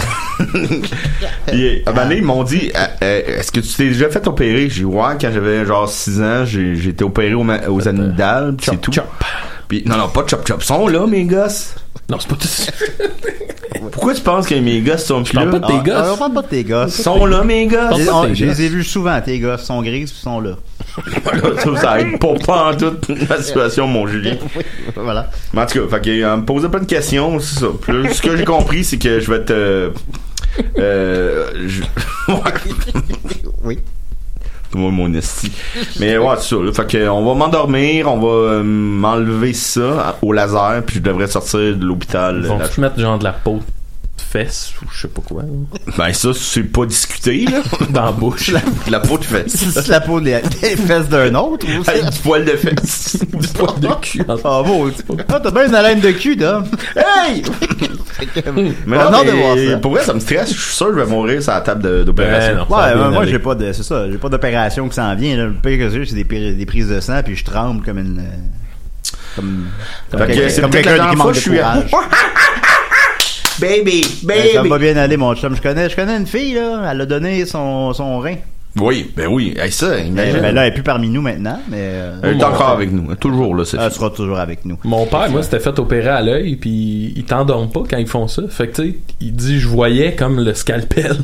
S5: puis, à un moment donné, ils m'ont dit euh, euh, Est-ce que tu t'es déjà fait opérer J'ai dit Ouais, quand j'avais genre 6 ans, j'ai j'ai été opéré aux, ma-
S4: euh,
S5: aux amygdales, puis c'est tout. Puis, non, non, pas de chop chop. Sont là, mes gosses
S4: Non, c'est pas tout.
S5: Pourquoi tu penses que mes gosses sont plus
S4: parle
S5: là Ah,
S4: pas de tes gosses.
S3: on parle pas de tes gosses.
S5: Sont là, mes
S4: Parle
S5: gosses
S3: Je-
S4: pas
S3: on-
S4: de tes
S3: je les ai
S4: gosses.
S3: vus souvent, tes gosses. Ils sont grises, puis ils sont là.
S5: Ça, ça aide pas, pas en toute la situation, mon Julien.
S3: Voilà.
S5: Mais en tout cas, fait que, euh, me posait pas de questions, c'est ça. Puis là, ce que j'ai compris, c'est que je vais te. euh, Euh, je...
S3: Oui.
S5: Moi, mon esti. Mais ouais, c'est ça. là. Fait que, on va m'endormir, on va euh, m'enlever ça à- au laser, puis je devrais sortir de l'hôpital.
S4: Ils
S5: euh,
S4: vont
S5: la-
S4: te mettre genre de la peau de fesse ou je sais pas quoi.
S5: Ben, ça, c'est pas discuté, là.
S4: Dans la bouche.
S5: De la peau de fesse.
S3: C'est la peau des, des fesses d'un autre, ou c'est.
S5: Avec du poil de fesse.
S4: du poil de cul. en-
S3: Ah, bon, tu- Ah, t'as bien une haleine de cul, d'homme.
S5: Hey! mais
S3: On a
S5: non,
S3: hâte de
S5: mais
S3: voir ça.
S5: pour vrai, ça me stresse. Je suis sûr que je vais mourir sur la table
S4: Ben
S5: de- d'opération.
S4: non, ça va
S3: Ouais,
S4: bien
S3: ben, moi
S4: aller.
S3: j'ai pas de c'est ça, j'ai pas d'opération qui s'en vient là. le pire que j'ai c'est des, pri- des prises de sang puis je tremble comme une euh, comme
S4: Ben
S5: Fait que c'est peut-être la dernière fois que je suis à- Baby,
S3: Euh, Ça va bien aller mon chum, je connais je connais une fille là, elle a donné son, son rein.
S5: Oui, ben oui. Hey, ça,
S3: Mais
S5: imagine.
S3: là elle est plus parmi nous maintenant mais euh,
S5: Elle est encore avec nous. hein. Toujours, là,
S3: elle
S5: Sophie.
S3: sera toujours avec nous.
S4: Mon père, moi, s'était fait opérer à l'œil, puis ils t'endorment pas quand ils font ça. Fait que, tu sais, il dit, je voyais comme le scalpel.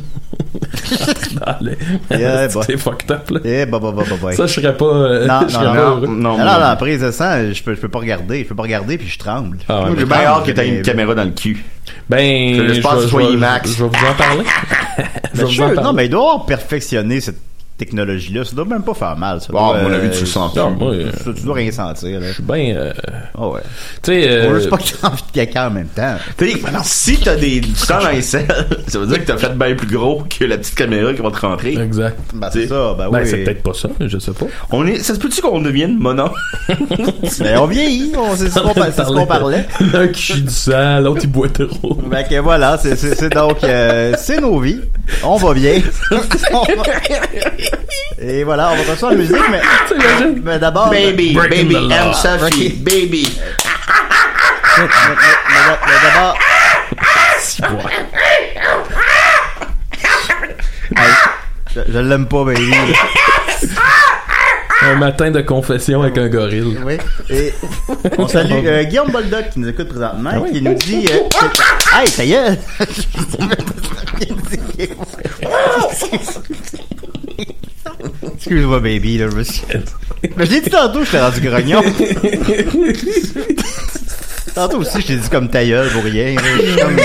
S4: Dans l'œil.
S3: Yeah, boy.
S4: C'est fucked up, là.
S3: Eh bah bah bah bah. bah.
S4: Ça, je serais pas. euh,
S3: Non,
S4: je
S3: non,
S4: serais
S3: non.
S4: pas heureux.
S3: non,
S5: Non,
S3: non,
S5: moi,
S3: la prise de sang, je peux, je peux pas regarder, je peux pas regarder puis je tremble.
S4: Ah ouais,
S5: Moi,
S4: mais-
S5: J'ai bien hâte que t'aies
S3: mais-
S5: une caméra dans le cul.
S4: ben,
S5: Que l'espace
S4: je vais-
S5: soit
S4: je vais-
S5: IMAX.
S4: Je vais vous en parler. je
S3: Mais
S4: vais vous en
S3: sûr,
S4: parler.
S3: non mais il doit avoir perfectionné cette technologie-là, ça doit même pas faire mal, ça.
S5: Bon,
S3: doit,
S5: à mon
S3: euh,
S5: avis, tu le sens
S4: pas.
S3: tu-
S4: Non, moi, euh,
S3: tu, tu dois rien sentir, là.
S4: Je suis bien. euh,
S3: Ah ouais.
S4: tu sais.
S3: On veut
S4: euh,
S3: juste pas que t'aies envie de caca en même temps.
S5: T'sais, si t'as des, du sang dans les selles, ça veut dire que t'as fait bien plus gros que la petite caméra qui va te rentrer.
S4: Exact.
S3: Ben, c'est
S5: T'sais,
S3: ça, ben,
S4: Ben,
S3: oui.
S4: c'est peut-être pas ça, mais je sais pas.
S5: On est, ça se peut-tu qu'on devienne mono?
S3: Mais Ben, on vieillit, on, c'est ce qu'on par- c'est ce qu'on parlait.
S4: L'un qui chie du sang, l'autre il boit trop.
S3: Ben que voilà, c'est- c'est c'est donc euh, c'est nos vies. On va bien. On va- Et voilà, on va passer à la musique, mais,
S4: T'imagines?
S3: mais d'abord. euh,
S5: Baby,
S4: Breaking
S5: baby,
S4: the law.
S5: and Sophie,
S3: Breaking-
S5: baby.
S3: Mais, mais- mais- mais d'abord. Hey, je je l'aime pas, baby.
S4: Un matin de confession avec un gorille.
S3: Oui. Et on salue euh, Guillaume Boldoc qui nous écoute présentement et qui nous dit. euh, que- Hey, ça y est! Excuse-moi, baby, là, je me suis. Mais je l'ai dit tantôt, je t'ai rendu grognon. tantôt aussi, je t'ai dit comme ta gueule pour rien. là. Je suis comme-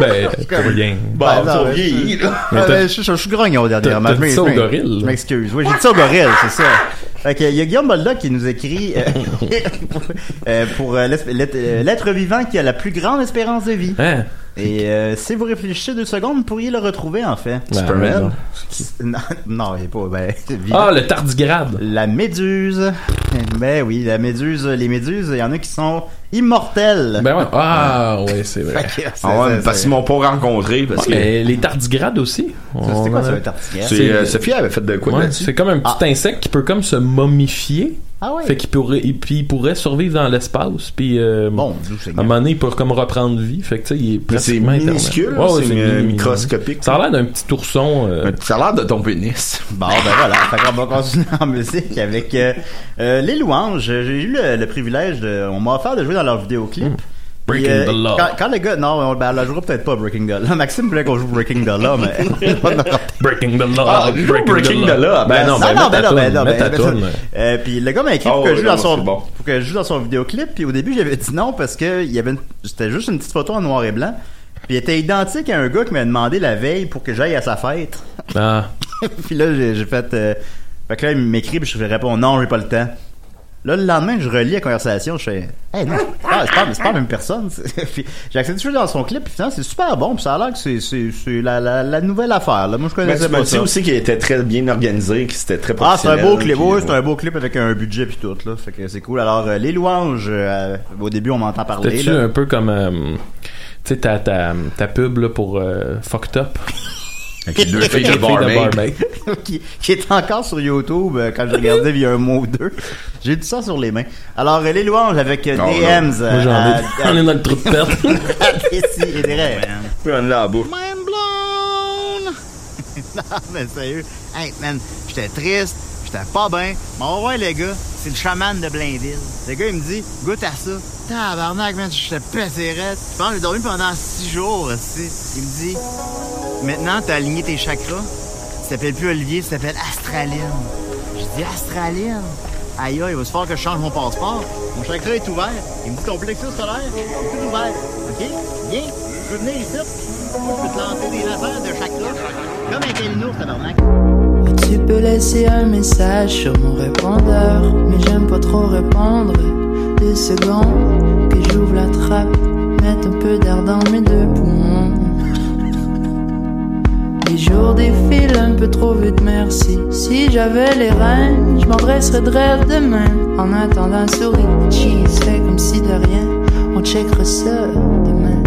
S4: Ben, pour rien. Hein?
S3: Ben,
S5: Bon,
S3: non,
S5: Bah, ça
S3: mais
S5: vieillit, là.
S3: Ah,
S4: Mais t'as-
S3: ben, je, je- je suis grognon dernièrement.
S4: t'as
S3: Je
S4: dit
S3: m'ex-
S4: ça au
S3: je m'ex-
S4: gorille.
S3: Je m'excuse. Oui, j'ai dit ça au gorille, c'est ça. Fait que, il y a Guillaume Boldoc qui nous écrit euh, pour, euh, pour, euh, l'esp- l'être euh, l'être vivant qui a la plus grande espérance de vie.
S4: Hein?
S3: Et euh, si vous réfléchissez deux secondes, vous pourriez le retrouver en fait.
S4: Ben,
S5: Superman.
S4: non.
S3: Non, non, il est pas. Ben, vivant.
S4: Ah, le tardigrade.
S3: La méduse. Ben oui, la méduse, les méduses, il y en a qui sont immortelles.
S4: Ben ouais. Ah, ouais, c'est vrai.
S3: Fait que c'est-
S5: Ah ouais,
S3: c'est-
S5: mais parce
S3: c'est-
S5: qu'ils m'ont pas rencontré, parce que.
S4: Mais les tardigrades aussi.
S3: c'est
S4: On
S3: quoi
S4: en
S3: ça,
S4: a-
S3: un tartinet?
S5: C'est, euh, Sophie avait fait de quoi
S4: Ouais,
S5: là-dessus?
S4: c'est comme un petit insecte qui peut comme se momifier.
S3: Ah ouais.
S4: Fait qu'il pourrait, et puis il pourrait survivre dans l'espace. Puis euh,
S3: Bon, d'où c'est
S4: à un moment donné, il peut comme reprendre vie. Fait que tu sais, il est
S5: C'est
S4: pratiquement éternel.
S5: minuscule,
S4: Ouais, ouais,
S5: c'est
S4: mini-
S5: mi-
S4: mini-
S5: microscopique.
S4: Ça a l'air d'un petit ourson. euh,
S5: Ça a l'air de ton pénis.
S3: Bon, ben voilà. Fait qu'on va continuer en musique avec euh, euh, les louanges. J'ai eu le, le privilège de. On m'a offert de jouer dans leur vidéoclip. Puis,
S4: Hmm.
S3: euh,
S4: Breaking the law.
S3: Quand, quand le gars. Non, on, ben, elle la jouera peut-être pas Breaking the Law. Maxime voulait qu'on joue Breaking the Law, mais.
S4: breaking the law.
S5: Ah, Breaking the Law,
S4: Ben non, ben, mets ta toune, mets ta
S3: ben,
S4: toune.
S3: euh, Puis le gars m'a écrit
S5: Oh,
S3: pour, que je
S5: oui,
S3: joue dans
S5: non,
S3: son,
S5: c'est bon.
S3: pour que je joue dans son vidéoclip. Puis au début, j'avais dit non parce que il y avait une- c'était juste une petite photo en noir et blanc. Puis il était identique à un gars qui m'a demandé la veille pour que j'aille à sa fête.
S4: Ah.
S3: puis là, j'ai j'ai fait. euh, Fait que là, il m'écrit, puis je lui réponds non, j'ai pas le temps. Là, le lendemain, je relis la conversation, je fais Hey, non, c'est pas, c'est pas- c'est pas la même personne. c'est- puis j'ai accepté toujours dans son clip, puis finalement, c'est super bon, puis ça a l'air que c'est- c'est c'est la, la, la nouvelle affaire. Là. Moi, je
S5: Mais
S3: connaissais
S5: tu
S3: pas
S5: m'as dit
S3: ça.
S5: aussi qu'il était très bien organisé, que c'était très
S3: Ah, c'est un beau
S5: professionnel,
S3: clip, oui,
S5: puis-
S3: c'est un beau clip avec un budget puis tout, là. Fait que c'est cool. Alors, euh, les louanges, euh, au début, on m'entend parler.
S4: T'es-tu
S3: Là.
S4: un peu comme. euh, tu sais, ta, ta, ta pub là, pour euh, Fucked Up.
S5: Avec les deux filles
S4: Filles
S5: de
S4: de
S5: barmaid.
S4: barmaid.
S3: qui, qui est encore sur YouTube euh, quand je regardais il y a un mois ou deux. J'ai tout ça sur les mains. Alors, euh, les louanges avec euh,
S5: Non, non.
S3: DMs.
S4: Moi,
S3: euh,
S4: j'en ai.
S3: à-
S4: On est dans le trou de perte.
S3: à Tessie et des rêves.
S5: Oui, on l'a à bout.
S6: Mind blown!
S3: Non, mais sérieux. Hey, man, j'étais triste, j'étais pas bien. Mais on va voir le gars, c'est le chaman de Blainville. Le gars, il me dit, goûte à ça. Tabarnak, man, j'étais pesserette. Je pense que j'ai dormi pendant six jours, aussi. Il me dit, maintenant, t'as aligné tes chakras. Ça s'appelle plus Olivier, ça s'appelle Astraline. J'ai dit, Astraline? Aïe, aïe, il va se falloir que je change mon passeport. Mon chakra est ouvert. Il me dit, ton plexus solaire est tout ouvert. OK? Bien. Je peux venir ici. Je peux te lancer des affaires de chakra. Comme un calinours, tabarnak.
S7: Tu peux laisser un message sur mon répondeur, mais j'aime pas trop répondre. Deux secondes que j'ouvre la trappe, mettre un peu d'air dans mes deux poumons. Les jours défilent un peu trop vite, merci. Si j'avais les reins, je m'adresserais de rêve demain. En attendant, souris, cheese, fais comme si de rien, on checkera ça demain.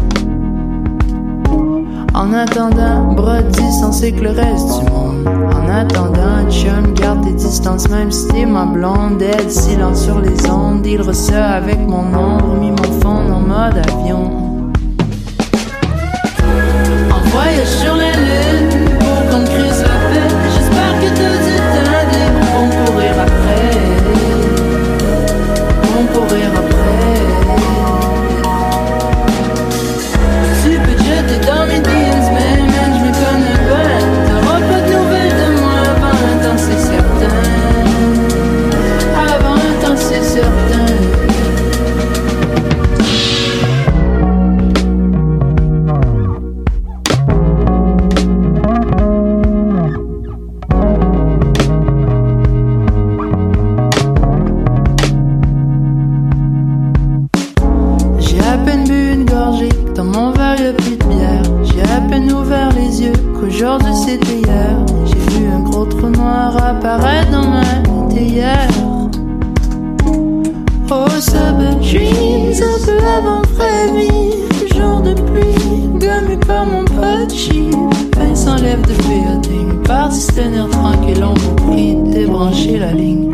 S7: En attendant, bras distancés que le reste du monde. En attendant, chum, garde tes distances, même si t'es ma blonde. Elle, silence sur les ondes, il reçoit avec mon ombre, mis mon fond en mode avion. En voyage sur la lune, pour qu'on crise la paix. J'espère que tout est indé, on courir après. On courir après. Tu peux te jeter dans mes jeans, mais man, je me connais pas. T'auras pas de nouvelles de moi avant un temps, c'est certain. Avant un temps, c'est certain. Oh, famille, jour de pluie, gommé par mon pote cheap. Pain s'enlève de building, par systénaire tranquille, on m'oublie de débrancher la ligne.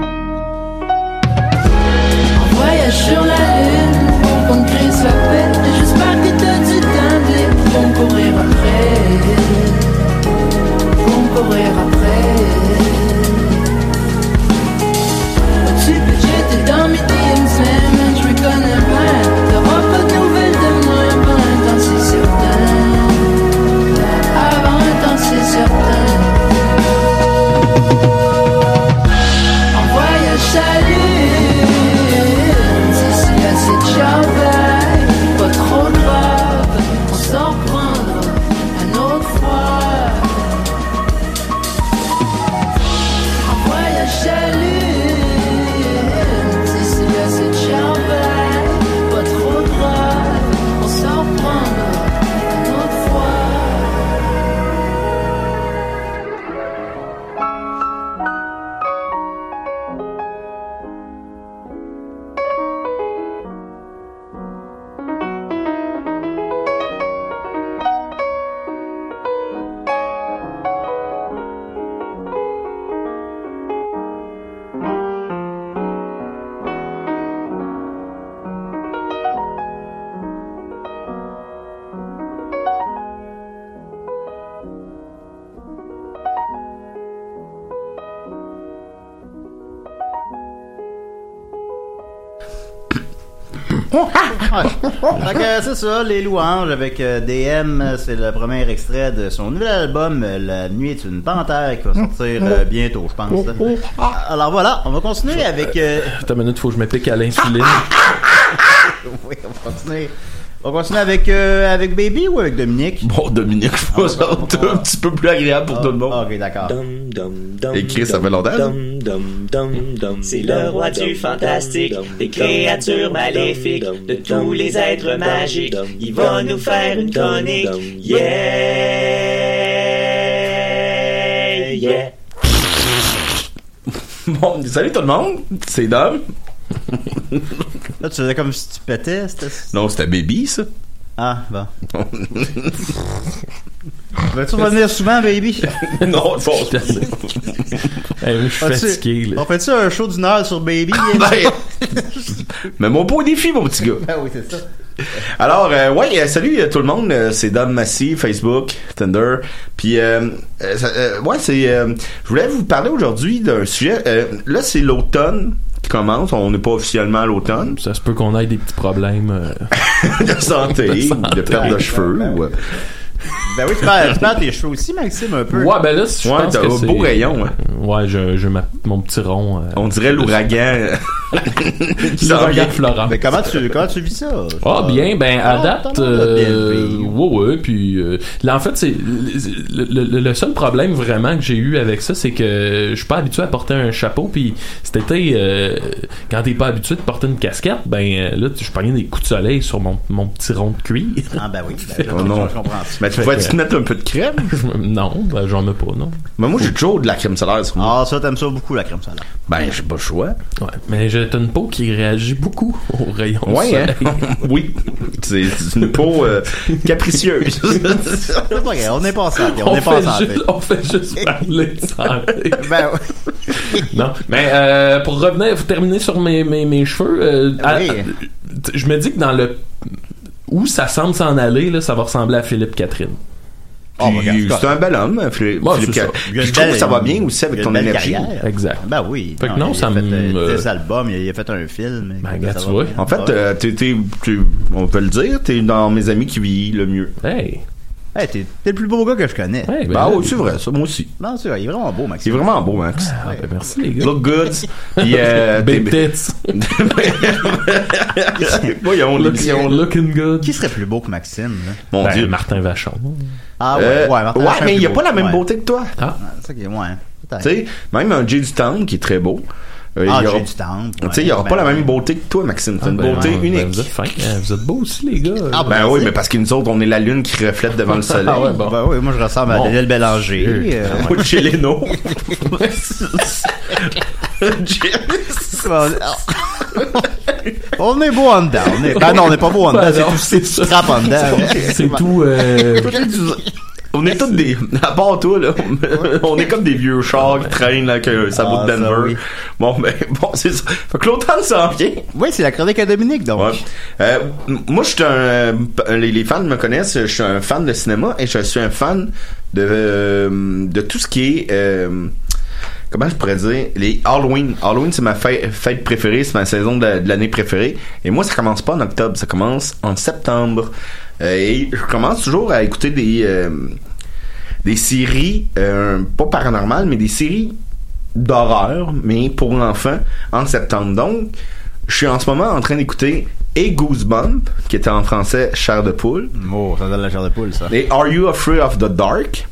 S7: En voyage sur la lune, pour qu'on te crisse la fête, j'espère que t'as du temps de libre pour me courir après. Pour me courir après. Tu peux jeter dans mes DMs, mais je reconnais pas. T'auras pas de nouvelles de moi avant un temps, c'est certain. Avant un temps, c'est certain. En voyage, salut. D'ici à cette charbonne, pas trop grave. On s'en prendra un autre fois. En voyage salut, d'ici à cette charbonne, pas trop grave, on s'en prendra une autre fois.
S3: Fait que, c'est ça, les louanges avec euh, DM, c'est le premier extrait de son nouvel album euh, La nuit est une panthère qui va sortir euh, bientôt, je pense. Alors voilà, on va continuer avec euh,
S4: Putain, une minute, faut que je m'applique à l'insuline.
S3: oui, on va continuer. On va continuer avec euh, avec Baby ou avec Dominique
S5: Bon, Dominique, je pense que c'est un petit peu plus agréable pour tout le monde.
S3: Ah, OK, d'accord.
S5: Et Chris, ça fait longtemps, ça?
S8: C'est le roi du fantastique, des créatures maléfiques, de tous les êtres magiques. Il va nous faire une chronique. Yeah! Yeah!
S5: Bon, salut tout le monde, c'est Dom.
S3: Là, tu faisais comme si tu pétais, c'était
S5: Non, c'était Baby, ça.
S3: Ah, bon. Vas-tu revenir souvent, Baby
S5: non, bon,
S4: Putain, Eh, je suis
S3: Ah, tu-
S4: fatigué, là.
S3: On fait-tu un show d'une heure sur Baby
S5: ben, mais mon beau défi, mon petit gars.
S3: Ah oui, c'est ça.
S5: Alors, euh, ouais, euh, salut euh, tout le monde, euh, c'est Dom Massy, Facebook, Tinder, puis euh, euh, ça- euh, ouais, c'est, euh, je voulais vous parler aujourd'hui d'un sujet. euh, là, c'est l'automne qui commence, on n'est pas officiellement à l'automne.
S4: Ça se peut qu'on ait des petits problèmes. euh,
S5: de santé,
S4: De
S5: de,
S4: santé.
S5: perte de cheveux. ou, euh,
S3: Ben oui, tu perds, tu perds tes cheveux aussi, Maxime, un peu.
S4: Ouais, ben là, je
S5: Ouais,
S4: pense
S5: t'as
S4: que
S5: un
S4: c'est-
S5: beau rayon, hein.
S4: Ouais, j'ai j'ai ma- mon petit rond. euh,
S5: On dirait l'ouragan. qui s'en
S4: l'ouragan
S5: vient.
S4: Florent.
S3: Mais comment tu, comment tu vis ça?
S4: Ah bien, ben à
S3: Ah,
S4: date,
S3: t'as l'air de bien
S4: euh,
S3: vivre.
S4: ouais, ouais, puis euh, là, en fait, c'est le, le- le seul problème vraiment que j'ai eu avec ça, c'est que je suis pas habitué à porter un chapeau, puis cet été, euh, quand t'es pas habitué de porter une casquette, ben euh, là, tu- je prenais des coups de soleil sur mon, mon petit rond de cuir.
S3: Ah ben oui, ben,
S5: Oh non.
S3: je comprends ça.
S5: Mais tu pourrais-tu te mettre un peu de crème?
S4: Je me- non, ben, j'en mets pas, non.
S5: Mais moi, j'ai toujours de la crème solaire sur moi.
S3: Ah, ça, t'aimes ça beaucoup, la crème solaire.
S5: Ben, j'ai pas le choix.
S4: Ouais, mais j'ai une peau qui réagit beaucoup aux rayons du
S5: Ouais, hein?
S4: soleil.
S5: oui. C'est c'est une peau euh, capricieuse.
S3: C'est pas grave, on est pas en santé, on,
S4: On,
S3: est pas en
S4: fait
S3: santé.
S4: juste, on fait juste parler de santé.
S3: Ben oui.
S4: Non, mais euh, pour revenir, vous terminer sur mes, mes, mes cheveux, euh, à-
S3: Oui.
S4: à- je me dis que dans le où ça semble s'en aller, là, ça va ressembler à Philippe Catherine.
S3: Oh, bah,
S5: Puis,
S3: regarde,
S5: c'est un bel homme, hein, Philippe.
S4: Ouais,
S5: Philippe
S4: c'est ça.
S5: Cat-
S3: il a
S5: Puis
S3: une
S5: Je trouve
S3: belle-
S5: que ça va bien aussi
S3: il
S5: avec
S3: a
S5: ton
S3: une belle
S5: énergie.
S3: carrière.
S4: Exact.
S3: Ben oui.
S4: Fait que non,
S3: il
S4: ça
S3: a fait, euh,
S4: me-
S3: Des albums, il a, il a fait un film.
S4: Ben,
S3: Ça
S4: gars,
S3: va
S4: tu vois.
S3: bien.
S5: En fait,
S3: Ouais.
S5: euh, t'es- t'es- t'es- on peut le dire, t'es dans mes amis qui vit le mieux.
S4: Hey,
S3: Hey, t'es t'es le plus beau gars que je connais.
S4: hey, ben,
S5: Bah
S4: là,
S5: oui, c'est vrai, ça, moi aussi.
S3: Non, c'est vrai, il est vraiment beau,
S5: C'est
S3: Maxime.
S5: vraiment beau, Max.
S4: ah, ben, merci les gars.
S5: Look good. Puis, euh,
S4: Big
S5: t'es-
S4: tits.
S5: Voyons,
S4: Look-
S5: les-
S4: looking good.
S3: Qui serait plus beau que Maxime? là?
S5: Mon
S4: Ben,
S5: Dieu.
S4: Martin Vachon.
S3: Ah ouais,
S5: Euh,
S3: ouais, Martin Lachey est
S5: mais il
S3: plus
S5: n'y a
S3: beau.
S5: pas la même
S3: Ouais.
S5: beauté que toi.
S3: Ouais, c'est ça qui est- ouais. Peut-être.
S5: Tu sais, même un Jay du Temple qui est très beau.
S3: Ah,
S5: euh, il y aura-
S3: j'ai du temps.
S5: tu sais, il n'y
S3: ben
S5: aura pas la même beauté que toi, Maxime. C'est une
S4: Ben,
S5: beauté
S4: ben,
S5: unique.
S4: vous êtes fin. Euh, Vous êtes beaux aussi les gars.
S3: Ah,
S5: ben
S3: ben,
S5: oui,
S3: vas-y.
S5: mais parce que nous autres, on est la lune qui reflète devant le soleil.
S4: Ah ouais, bon.
S3: Bon. Ben oui, moi je ressemble à
S4: Bon.
S3: Daniel Bélanger. euh,
S5: Ou de chez Leno.
S4: Ah,
S3: on est beau en dedans. on est- Ah non, on n'est pas beau en dedans.
S4: Ben
S3: c'est
S4: non,
S3: tout- C'est tout strap en dedans. hein.
S4: C'est tout. euh,
S5: On est tous des. À part toi, là, on on est comme des vieux chars qui traînent là, avec un sabot
S3: Ah,
S5: de
S3: ça,
S5: Denver.
S3: oui.
S5: Bon, ben, bon, c'est ça. Fait que l'automne s'en vient.
S3: Oui, c'est la chronique à Dominique, donc.
S5: Ouais. Euh, m- moi, je suis un. euh, p- Les, les fans me connaissent. Je suis un fan de cinéma et je suis un fan de euh, de tout ce qui est. euh, Comment je pourrais dire les Halloween. Halloween, c'est ma fête, fête préférée, c'est ma saison de, de l'année préférée. Et moi, ça commence pas en octobre, ça commence en septembre. Euh, et je commence toujours à écouter des euh, des séries euh, pas paranormales, mais des séries d'horreur, mais pour enfants, en septembre. Donc, je suis en ce moment en train d'écouter Et Goosebump, qui était en français Chair de poule,
S3: Oh, ça donne la chair de poule, ça.
S5: et Are You Afraid of the Dark,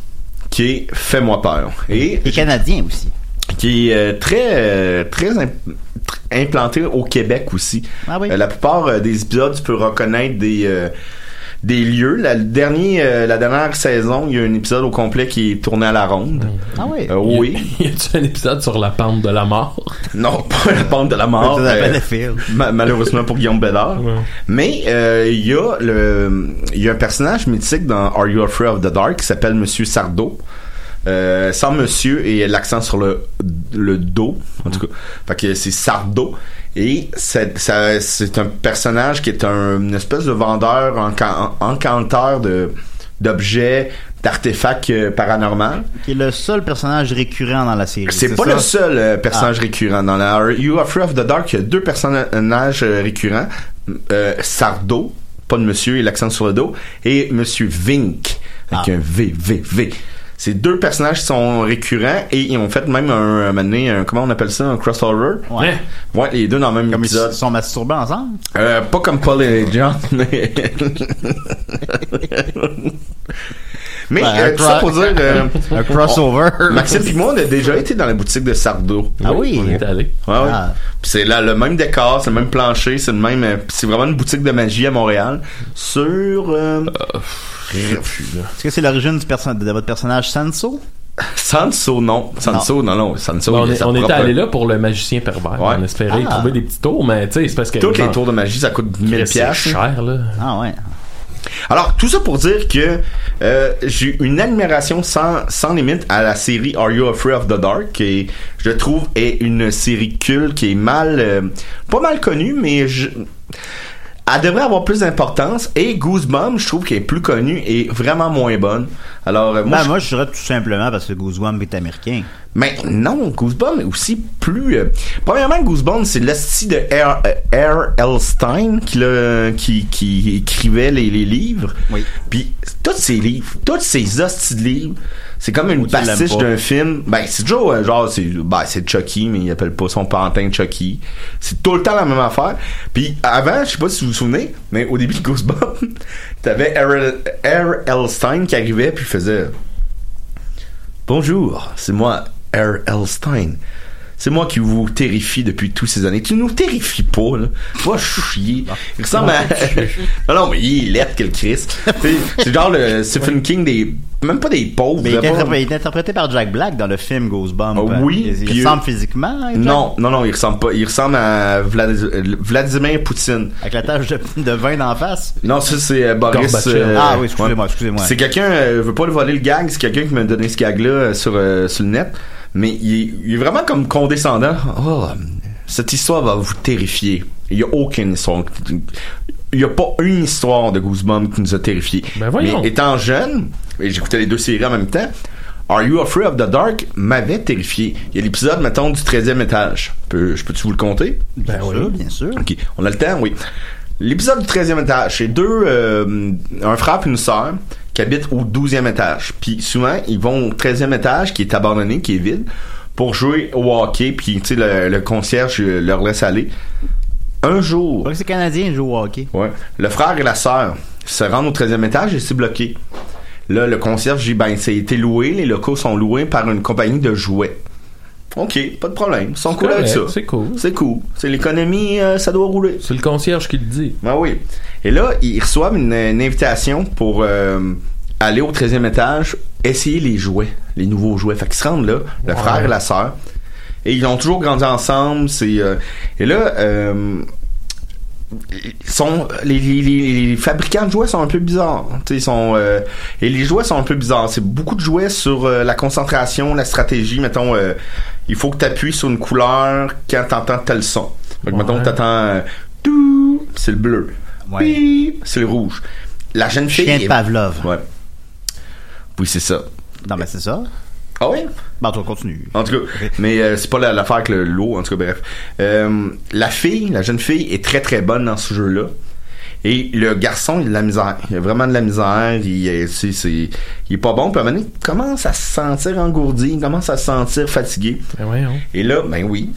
S5: qui est Fais-moi peur. Et
S3: Les Canadiens aussi.
S5: qui est euh, très euh, très imp- tr- implanté au Québec aussi.
S3: Ah oui.
S5: Euh, la plupart euh, des épisodes, tu peux reconnaître des euh, des lieux. La, le dernier, euh, la dernière saison, il y a un épisode au complet qui est tourné à la ronde.
S3: Ah oui.
S5: Euh, oui.
S4: Y a-tu un épisode sur la pente de la mort?
S5: Non, pas la pente de la mort.
S3: Ça s'appelle
S5: euh,
S3: le film.
S5: Ma- malheureusement pour Guillaume Bédard. Mais euh, il y a le il y a un personnage mythique dans Are You Afraid of the Dark qui s'appelle Monsieur Sardo. Euh, sans monsieur et l'accent sur le le do en tout cas fait que c'est Sardo et c'est ça- c'est un personnage qui est un, une espèce de vendeur encan- encanteur de d'objets d'artefacts euh, paranormaux
S3: Qui est le seul personnage récurrent dans la série.
S5: c'est pas
S3: ça? Ah.
S5: le seul euh, personnage récurrent. Dans la Are You Afraid of the Dark, il y a deux personnages euh, récurrents. Euh, Sardo, pas de monsieur et l'accent sur le dos, et Monsieur Vink, avec
S3: Ah.
S5: un V, V, V. Ces deux personnages sont récurrents et ils ont fait même un, un, moment donné, un- comment on appelle ça, un crossover.
S3: Ouais.
S5: Ouais, les deux dans le même
S3: Comme ils
S5: épisode.
S3: se sont masturbés ensemble.
S5: Euh, pas comme Paul et John, mais. mais,
S3: Ben, un
S5: euh, tout ça
S3: cro-
S5: pour dire. euh,
S3: Un crossover.
S5: Maxime et moi, on a déjà été dans la boutique de Sardo.
S3: Ah oui.
S4: On est allé.
S5: Ouais, ouais.
S3: Ah.
S5: Puis c'est là le même décor, c'est le même plancher, c'est le même euh, puis c'est vraiment une boutique de magie à Montréal sur euh,
S3: Est-ce que c'est l'origine du perso- de votre personnage Sanso?
S5: Sanso non, Sanso non non, Sanso
S4: Bon,
S5: il
S4: on
S5: a
S4: est-
S5: sa
S4: on était
S5: propre-
S4: allé là pour le magicien pervers.
S5: Ouais.
S4: On espérait y
S3: Ah.
S4: trouver des petits tours, mais tu sais, c'est parce que.
S5: Toutes les
S4: genre,
S5: tours de magie ça coûte 1000
S4: c'est
S5: pièces.
S4: cher, là.
S3: Ah ouais.
S5: Alors tout ça pour dire que euh, j'ai une admiration sans sans limite à la série Are You Afraid of the Dark et je trouve est une série culte qui est mal euh, pas mal connue mais je elle devrait avoir plus d'importance et Goosebumps, je trouve qu'elle est plus connue et vraiment moins bonne. Alors euh,
S3: Moi,
S5: moi, je-
S3: Ben, moi, je dirais tout simplement parce que Goosebump est américain.
S5: Mais non, Goosebumps est aussi plus. euh, premièrement, Goosebumps, c'est l'hostie de R. R. L. Stein qui, l'a- qui, qui écrivait les, les livres.
S3: Oui.
S5: Puis, tous ces livres, toutes ces hosties de livres, c'est comme une
S3: Ou Oh, tu l'aimes
S5: pastiche
S3: pas.
S5: d'un film. Ben, c'est toujours euh, genre, c'est ben, c'est Chucky, mais il appelle pas son pantin Chucky. C'est tout le temps la même affaire. Puis, avant, je sais pas si vous vous souvenez, mais au début de Goosebumps, t'avais R. R. L. Stein qui arrivait, puis faisait. Bonjour, c'est moi, R.L. Stein. C'est moi qui vous terrifie depuis toutes ces années. Tu nous terrifies pas, là. Va chier.
S3: Bah,
S5: Il ressemble à... non, non, mais il est laid que le Christ. C'est- c'est genre le Stephen King des... Même pas des pauvres.
S3: Mais il est,
S5: là, pas-
S3: interpré- il est interprété par Jack Black dans le film Goosebump.
S5: Ah oui,
S3: Il, il
S5: puis-
S3: ressemble physiquement. hein, Jack?
S5: Non, non, non, il ressemble pas. Il ressemble à Vlad- euh, Vladimir Poutine.
S3: Avec la tâche de, de vin d'en face.
S5: Non, ça, c'est euh, Boris...
S4: Gorbatchev.
S5: euh,
S3: ah oui, excusez-moi, excusez-moi.
S5: C'est quelqu'un, euh, je veux pas le voler le gag, c'est quelqu'un qui m'a donné ce gag-là euh, sur, euh, sur le net, mais il est, il est vraiment comme condescendant. Oh, cette histoire va vous terrifier. Il y a aucune histoire. Il y a pas une histoire de Goosebumps qui nous a terrifiés.
S4: Ben voyons.
S5: Mais étant jeune, et j'écoutais les deux séries en même temps, Are You Afraid of the Dark m'avait terrifié. Il y a l'épisode, mettons, du 13e étage. Peux- je peux-tu vous le compter?
S3: Bien sûr, bien sûr.
S5: OK. On a le temps, oui. L'épisode du 13e étage, c'est deux, euh, un frère et une sœur qui habitent au 12e étage. Puis souvent, ils vont au 13e étage qui est abandonné, qui est vide, pour jouer au hockey. Puis, tu sais, le, le concierge euh, leur laisse aller. Un jour,
S3: Pas que c'est canadien, il joue au hockey.
S5: ouais, le frère et la sœur se rendent au 13e étage et c'est bloqué. Là, le concierge dit, ben, ça a été loué, les locaux sont loués par une compagnie de jouets. OK, pas de problème. Ils sont cool avec ça.
S4: Correct, C'est cool.
S5: C'est cool. C'est l'économie, euh, ça doit rouler.
S4: C'est le concierge qui le dit.
S5: Ah oui. Et là, ils reçoivent une, une invitation pour euh, aller au 13e étage, essayer les jouets, les nouveaux jouets. Fait qu'ils se rendent là, le frère et la sœur. Et ils ont toujours grandi ensemble. C'est euh, et là. euh, ils sont les, les- les- les fabricants de jouets sont un peu bizarres. Tu sais, Ils sont euh, et les jouets sont un peu bizarres. C'est beaucoup de jouets sur euh, la concentration, la stratégie. Mettons, euh, il faut que tu appuies sur une couleur quand t'entends tel son. Donc, mettons, t'attends euh, tout, c'est le bleu. Bip, c'est le rouge. La jeune fille.
S3: Chien de Pavlov.
S5: Ouais. Oui, c'est ça.
S3: Non, mais c'est ça.
S5: Ah oui?
S3: Bon, on continue.
S5: En tout cas, mais euh, c'est pas la- l'affaire avec le lot, en tout cas, bref. Euh, la fille, la jeune fille, est très très bonne dans ce jeu-là. Et le garçon, il a de la misère. Il a vraiment de la misère. Il est, c'est, c'est- il est pas bon. Puis à un moment donné, il commence à se sentir engourdi. Il commence à se sentir fatigué.
S4: Ben voyons.
S5: Et là, ben oui.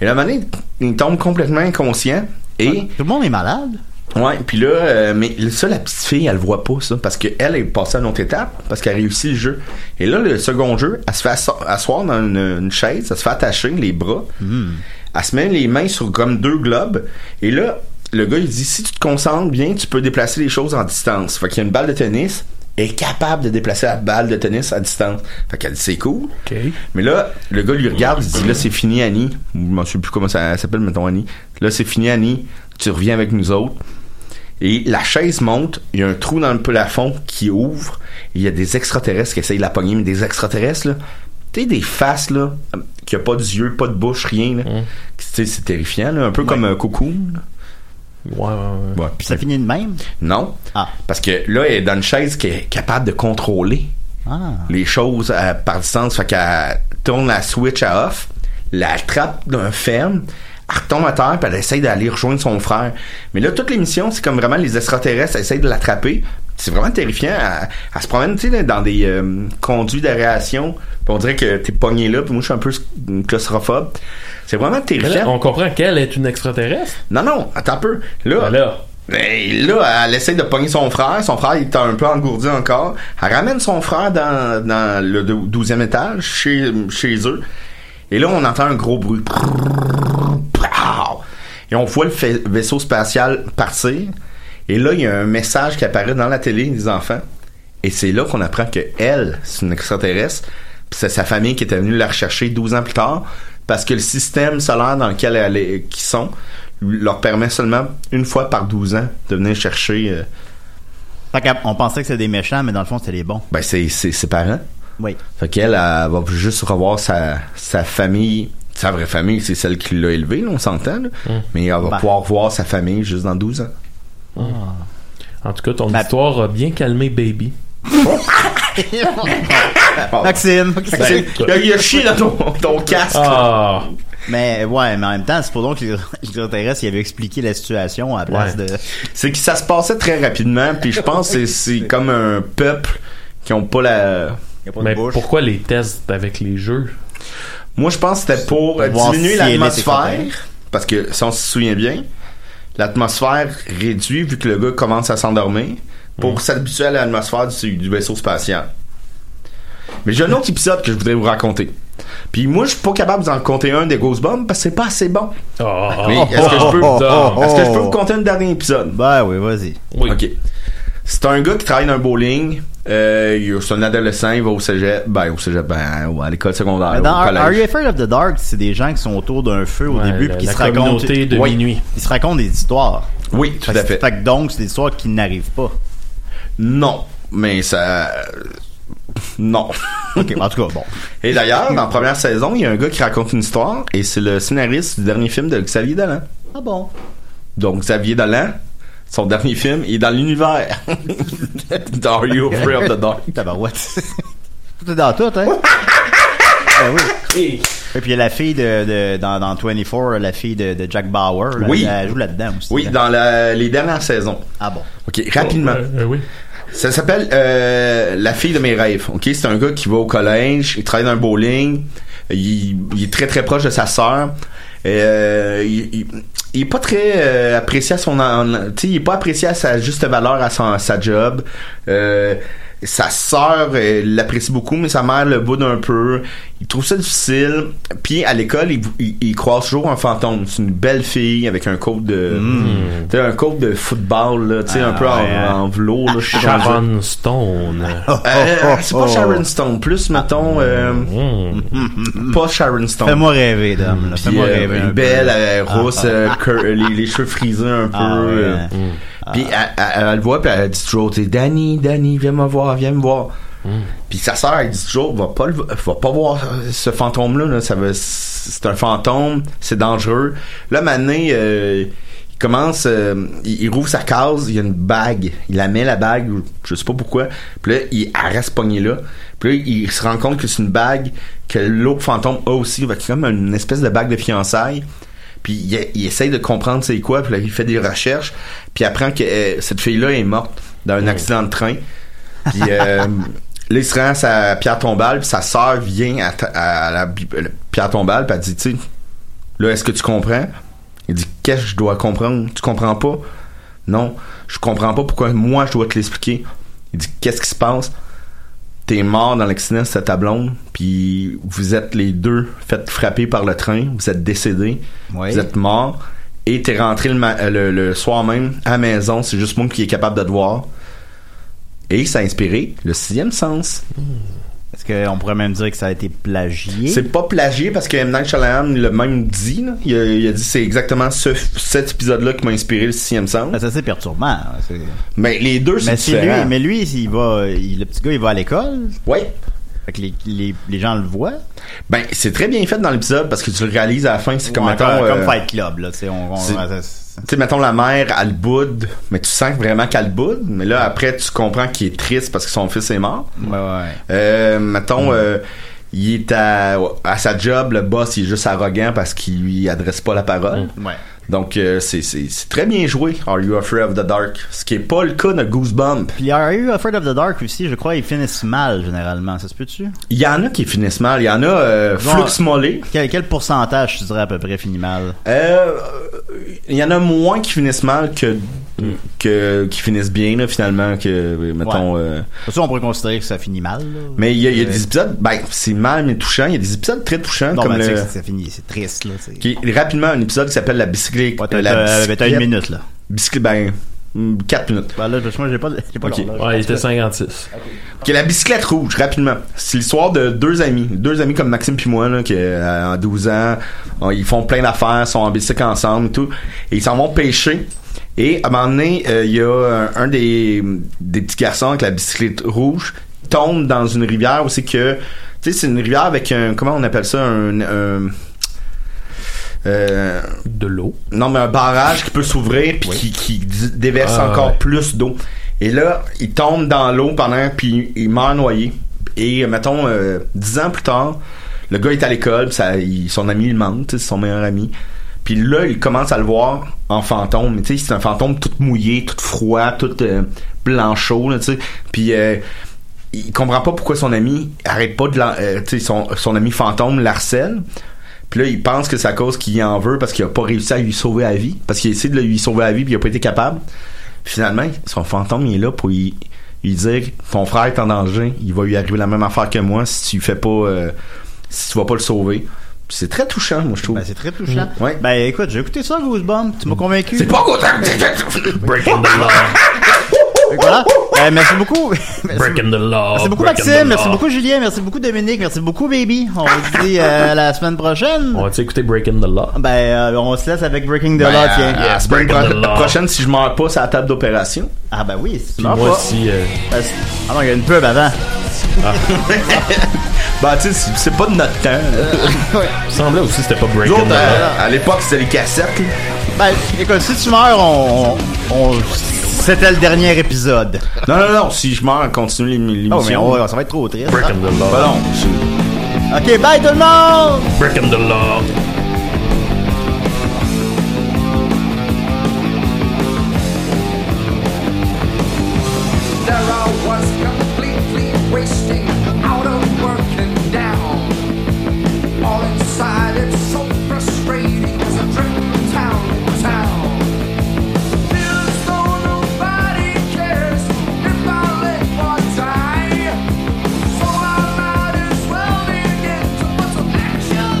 S5: Et là, à un moment donné, il tombe complètement inconscient. Et,
S3: Tout le monde est malade.
S5: ouais, puis là, euh, mais ça, la petite fille, elle voit pas ça. Parce qu'elle est passée à une autre étape. Parce qu'elle a réussi le jeu. Et là, le second jeu, elle se fait asso- asseoir dans une, une chaise. Elle se fait attacher les bras. Elle se met les mains sur comme deux globes. Et là, le gars, il dit si tu te concentres bien, tu peux déplacer les choses en distance. Fait qu'il y a une balle de tennis. Elle Est capable de déplacer la balle de tennis à distance. Fait qu'elle dit c'est cool.
S4: OK.
S5: Mais là, le gars lui regarde, il dit là c'est fini Annie. Je m'en souviens plus comment ça s'appelle, mettons Annie. Là c'est fini Annie, tu reviens avec nous autres. Et la chaise monte, il y a un trou dans le plafond qui ouvre, et il y a des extraterrestres qui essayent de la pogner, mais des extraterrestres là, tu sais des faces là, euh, qui a pas d'yeux, pas de bouche, rien là. Tu sais, c'est terrifiant là, un peu comme euh, un coucou.
S4: Ouais, ouais, ouais.
S5: Ouais.
S3: Puis ça finit de même.
S5: Non,
S3: Ah.
S5: parce que là elle est dans une chaise qui est capable de contrôler
S3: Ah.
S5: les choses euh, par distance. Fait qu'elle tourne la switch à off, la trappe d'un ferme, elle retombe à terre, puis elle essaye d'aller rejoindre son frère. Mais là, toute l'émission, c'est comme vraiment les extraterrestres essayent de l'attraper. C'est vraiment terrifiant. Elle, elle se promène, tu sais, dans des euh, conduits d'aération. Puis on dirait que t'es pogné là, puis moi, je suis un peu claustrophobe. C'est vraiment
S4: Mais là,
S5: terrifiant.
S4: on comprend qu'elle est une extraterrestre.
S5: Non, non, attends un peu. Là,
S4: Ben là.
S5: mais Ben, là, elle essaie de pogner son frère. Son frère, il est un peu engourdi encore. Elle ramène son frère dans, dans le dou- douzième étage, chez, chez eux. Et là, on entend un gros bruit. Et on voit le fa- vaisseau spatial partir. Et là, il y a un message qui apparaît dans la télé des enfants. Et c'est là qu'on apprend que elle, c'est une extraterrestre. Puis c'est sa famille qui était venue la rechercher 12 ans plus tard. Parce que le système solaire dans lequel elle est, qu'ils sont leur permet seulement une fois par 12 ans de venir chercher. euh,
S3: Fait qu'on pensait que c'était des méchants, mais dans le fond, c'était les bons.
S5: ben, c'est c'est ses parents.
S3: Oui.
S5: Fait qu'elle, elle va juste revoir sa, sa famille. Sa vraie famille, c'est celle qui l'a élevée, là, on s'entend. là. Mais elle va
S3: Ben.
S5: pouvoir voir sa famille juste dans 12 ans.
S4: En tout cas, ton
S3: Ma-
S4: histoire a bien calmé Baby.
S3: Maxime.
S5: Ben, il, a, il a chié dans ton, ton casque.
S4: Ah!
S3: Mais ouais, mais en même temps, c'est pour donc que les extraterrestres ils avaient expliqué la situation à la place
S4: Ouais.
S3: de.
S5: C'est que ça se passait très rapidement, puis je pense que c'est- c'est comme un peuple qui ont pas la...
S3: Y a pas de
S4: Mais
S3: bouche.
S4: pourquoi les tests avec les jeux?
S5: Moi, je pense que c'était pour euh,
S3: voir
S5: diminuer
S3: si elle est
S5: l'atmosphère.
S3: déconnectée.
S5: Parce que, si on se souvient bien, l'atmosphère réduit vu que le gars commence à s'endormir pour s'habituer à l'atmosphère du, du vaisseau spatial. Mais j'ai un autre épisode que je voudrais vous raconter. Puis moi, je suis pas capable de vous en raconter un des Ghost Bombs parce que c'est pas assez bon.
S4: Oh!
S5: Mais Ah. est-ce que je peux- Ah.
S4: putain.
S5: Est-ce que je peux vous conter un dernier épisode?
S3: Oh. Ben oui, vas-y.
S4: Ah. Oui.
S5: OK. C'est un gars qui travaille dans un bowling. Euh, il- c'est un adolescent, il va au cégep. Ben, au cégep, ben, ou à l'école secondaire.
S3: Mais dans
S5: au
S3: Are,
S5: collège.
S3: Are You Afraid of the Dark, c'est des gens qui sont autour d'un feu au
S4: Ouais,
S3: début
S4: la,
S3: puis qui
S4: la
S3: se racontent.
S4: communauté de
S5: Oui.
S4: minuit.
S3: Ils se racontent des histoires.
S5: Oui, tout
S3: Fait
S5: à
S3: que-
S5: fait.
S3: Fait que donc, c'est des histoires qui n'arrivent pas.
S5: Non, mais ça. euh, Non.
S3: Ok, en tout cas, bon.
S5: Et d'ailleurs, dans la première saison, il y a un gars qui raconte une histoire et c'est le scénariste du dernier film de Xavier Dolan.
S3: Ah bon?
S5: Donc, Xavier Dolan, son dernier film, il est dans l'univers. Are you afraid of the dark?
S3: Tabarouette. tout est dans tout, hein? ben oui. Et puis il y a la fille de, de- dans, dans 24, la fille de, de Jack Bauer. là,
S5: Oui.
S3: Elle joue là-dedans aussi.
S5: Oui, dans la- les dernières saisons.
S3: Ah bon.
S5: Ok, rapidement.
S4: Euh, euh, oui.
S5: Ça s'appelle euh, La fille de mes rêves. Ok, c'est un gars qui va au collège, il travaille dans un bowling, il, il est très très proche de sa sœur. Euh, il, il- il est pas très euh, apprécié à son, en- tu sais, il est pas apprécié à sa juste valeur à, son- à sa job. Euh, sa sœur euh, l'apprécie beaucoup, mais sa mère le boude un peu. Ils trouvent ça difficile. Puis à l'école, ils, ils, ils croisent toujours un fantôme. C'est une belle fille avec un coat de. Tu sais, un coat de football, là, tu sais, un peu en, en velours, là, je sais pas comment dire.
S4: Sharon Stone.
S5: Euh, c'est pas Sharon Stone, plus mettons euh, pas Sharon Stone.
S3: Fais-moi rêver, dame. là.
S5: Puis,
S3: Fais-moi
S5: euh,
S3: rêver.
S5: une
S3: un peu,
S5: belle,
S3: là.
S5: euh,
S3: Ah,
S5: rousse,
S3: ah,
S5: euh, cur- les, les cheveux frisés un peu.
S3: Ah, ouais. Ah.
S5: euh. Puis elle, elle- elle le voit, puis elle dit toujours, tu sais, Danny, Danny, viens me voir, viens me voir.
S3: Mm.
S5: Puis sa sœur, elle dit toujours, va pas, le- va pas voir euh, ce fantôme-là, là, ça veut, c'est un fantôme, c'est dangereux. Là, Mané, euh, il commence, euh, il, il rouvre sa case, il y a une bague, il la met la bague, je sais pas pourquoi, puis là, il arrête ce poignet-là, puis là, il se rend compte que c'est une bague que l'autre fantôme a aussi, Fait que c'est comme une espèce de bague de fiançailles. Puis il, il essaye de comprendre c'est quoi, puis là, il fait des recherches, puis il apprend que euh, cette fille-là est morte dans un accident de train. Puis euh, là, il se rend à sa pierre tombale, puis sa sœur vient à, ta- à la bi- euh, pierre tombale, puis elle dit, tu sais, là, est-ce que tu comprends? Il dit, qu'est-ce que je dois comprendre? Tu comprends pas? Non, je comprends pas pourquoi moi, je dois te l'expliquer. Il dit, qu'est-ce qui se passe? T'es mort dans l'accident, c'est ta blonde, puis vous êtes les deux faites frapper par le train, vous êtes décédés,
S3: Oui.
S5: vous êtes morts, et t'es rentré le, ma- euh, le- le soir même à la maison, c'est juste moi qui est capable de te voir. Et ça a inspiré le sixième sens.
S3: Est-ce qu'on pourrait même dire que ça a été plagié?
S5: C'est pas plagié parce que M. Night Shyamalan l'a même dit. là. Il, a, il a dit c'est exactement ce, cet épisode-là qui m'a inspiré le sixième sens.
S3: Ben, C'est assez perturbant. hein, c'est-
S5: Mais les deux, c'est
S3: Mais, c'est
S5: différent.
S3: lui, mais lui, il va, il- le petit gars, il va à l'école.
S5: Ouais.
S3: Fait que les, les, les gens le voient.
S5: Ben, c'est très bien fait dans l'épisode parce que tu le réalises à la fin. C'est comme,
S3: Ou
S5: mettons,
S3: encore,
S5: euh,
S3: comme Fight Club, là. tu sais, On, on-
S5: c'est-
S3: ça- ça-
S5: tu sais, mettons la mère, elle boude, mais tu sens vraiment qu'elle boude. Mais là, après, tu comprends qu'il est triste parce que son fils est mort.
S3: ouais, Mm. ouais.
S5: Euh, mettons, euh, il est à, à sa job, le boss, il est juste arrogant parce qu'il lui adresse pas la parole.
S3: Ouais.
S5: Donc, euh, c'est- c'est c'est très bien joué, Are You Afraid of the Dark? Ce qui est pas le cas de Goosebump.
S3: Puis il y a eu Afraid of the Dark aussi, je crois, ils finissent mal généralement, ça se peut-tu?
S5: Il y en a qui finissent mal. Il y en a euh,
S3: Genre-
S5: Flux Mollet.
S3: Quel, quel pourcentage tu dirais à peu près finit mal?
S5: Euh, il y en a moins qui finissent mal que, que qui finissent bien, là, finalement, que, euh, mettons... euh,
S3: Ça, on pourrait considérer que ça finit mal. là.
S5: mais il y a, il y a
S3: Ouais.
S5: des épisodes, ben, c'est mal mais touchant. Il y a des épisodes très touchants,
S3: Non,
S5: comme
S3: mais tu sais
S5: le...
S3: que ça finit, c'est triste là. c'est-
S5: Qui est rapidement un épisode qui s'appelle La bicyclette.
S3: Ouais,
S5: euh,
S3: t'as
S5: la
S3: t'as- t'as une
S5: bicyclette-
S3: minute là.
S5: bicyclette, ben, 4 minutes.
S3: Ben là, parce que moi j'ai pas, j'ai pas
S5: Ok.
S3: l'horloge.
S4: Ouais, il était 56.
S5: Que la bicyclette rouge, rapidement. C'est l'histoire de deux amis. Deux amis comme Maxime puis moi, là, qui, euh, en 12 ans, on- ils font plein d'affaires, sont en bicycle ensemble et tout. Et ils s'en vont pêcher. Et à un moment donné, euh, il y a un, un des, des petits garçons avec la bicyclette rouge tombe dans une rivière où c'est que... Tu sais, c'est une rivière avec un... Comment on appelle ça? Un... un- euh,
S4: De l'eau.
S5: non, mais un barrage qui peut s'ouvrir puis qui, qui d- déverse
S4: Ah,
S5: encore
S4: ouais.
S5: plus d'eau. Et là, il tombe dans l'eau pendant puis il meurt noyé. Et euh, mettons euh, dix ans plus tard, le gars est à l'école, puis ça, il- son ami il manque, tu sais, c'est son meilleur ami. Puis là, il commence à le voir en fantôme. Mais tu sais, c'est un fantôme tout mouillé, tout froid, tout euh, blanchot, là, tu sais. Puis euh, il comprend pas pourquoi son ami arrête pas de l'en- euh, tu sais, son, son ami fantôme l'harcèle. Puis là, il pense que c'est à cause qu'il en veut parce qu'il a pas réussi à lui sauver la vie. Parce qu'il a essayé de lui sauver la vie puis il a pas été capable. Puis finalement, son fantôme, il est là pour lui, lui dire Ton frère est en danger, il va lui arriver la même affaire que moi si tu fais pas. euh, si tu vas pas le sauver. Puis C'est très touchant, moi, je trouve.
S3: Ben, c'est très touchant.
S5: Mm. Ouais.
S3: Ben écoute, j'ai écouté ça, Goosebump. Tu m'as convaincu.
S5: c'est pas content! Breaking the law!
S3: Fait que voilà. Ben, merci beaucoup. merci,
S4: Breaking the law.
S5: Oh,
S3: merci beaucoup
S4: breaking
S3: Maxime,
S4: the
S3: merci
S4: law.
S3: beaucoup Julien, merci beaucoup Dominique, merci beaucoup Baby. On se dit euh, à la semaine prochaine.
S4: On va-tu écouter Breaking the Law?
S3: Ben euh, on se laisse avec Breaking the
S5: Ben,
S3: Law, tiens.
S5: à la semaine
S4: breaking the
S5: pro-
S4: law.
S5: prochaine, si je meurs pas, c'est à la table d'opération.
S3: Ah ben oui, c'est
S4: Puis moi aussi. euh,
S3: Parce- Ah non, il y a une pub avant.
S5: Ben, tu sais, c'est- c'est pas de notre temps. là.
S4: il me semblait aussi que c'était pas
S5: Nous
S4: Breaking
S5: autres,
S4: the
S3: euh,
S4: Law.
S5: à, à l'époque, c'était les cassettes. là.
S3: Ben, écoute, si tu meurs, on. on- C'était le dernier épisode.
S5: Non, non, non, si je meurs, continue l'ém- l'émission.
S3: Oh, mais on va- ça va être trop triste.
S4: Breaking the law.
S5: Ben non, c'est-
S3: Ok, bye tout le monde!
S4: Breaking the law.
S9: There I was completely wasting out of work and down. All inside, it's so frustrating as I drift from town to town. Feels as though nobody cares if I let one die. So I might as well begin to
S5: the law, breaking the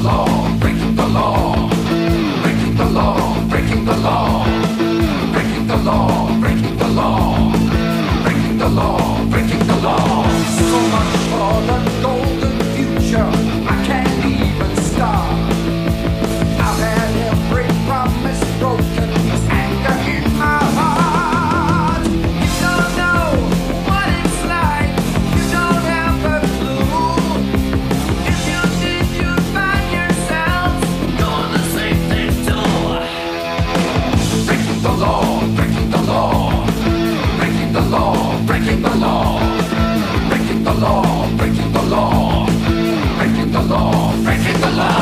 S5: law, breaking the law, breaking the law, breaking the law, breaking the law, breaking the law, breaking the law. So much for the golden future. I can't even start. I've had every promise broken. There's anger in my heart. You don't know what it's like. You don't have a clue. If you did, you'd find yourselves doing the same thing too. Breaking the law, breaking the law, breaking the law, breaking the law, breaking the law, breaking the law, breaking the law, breaking the law.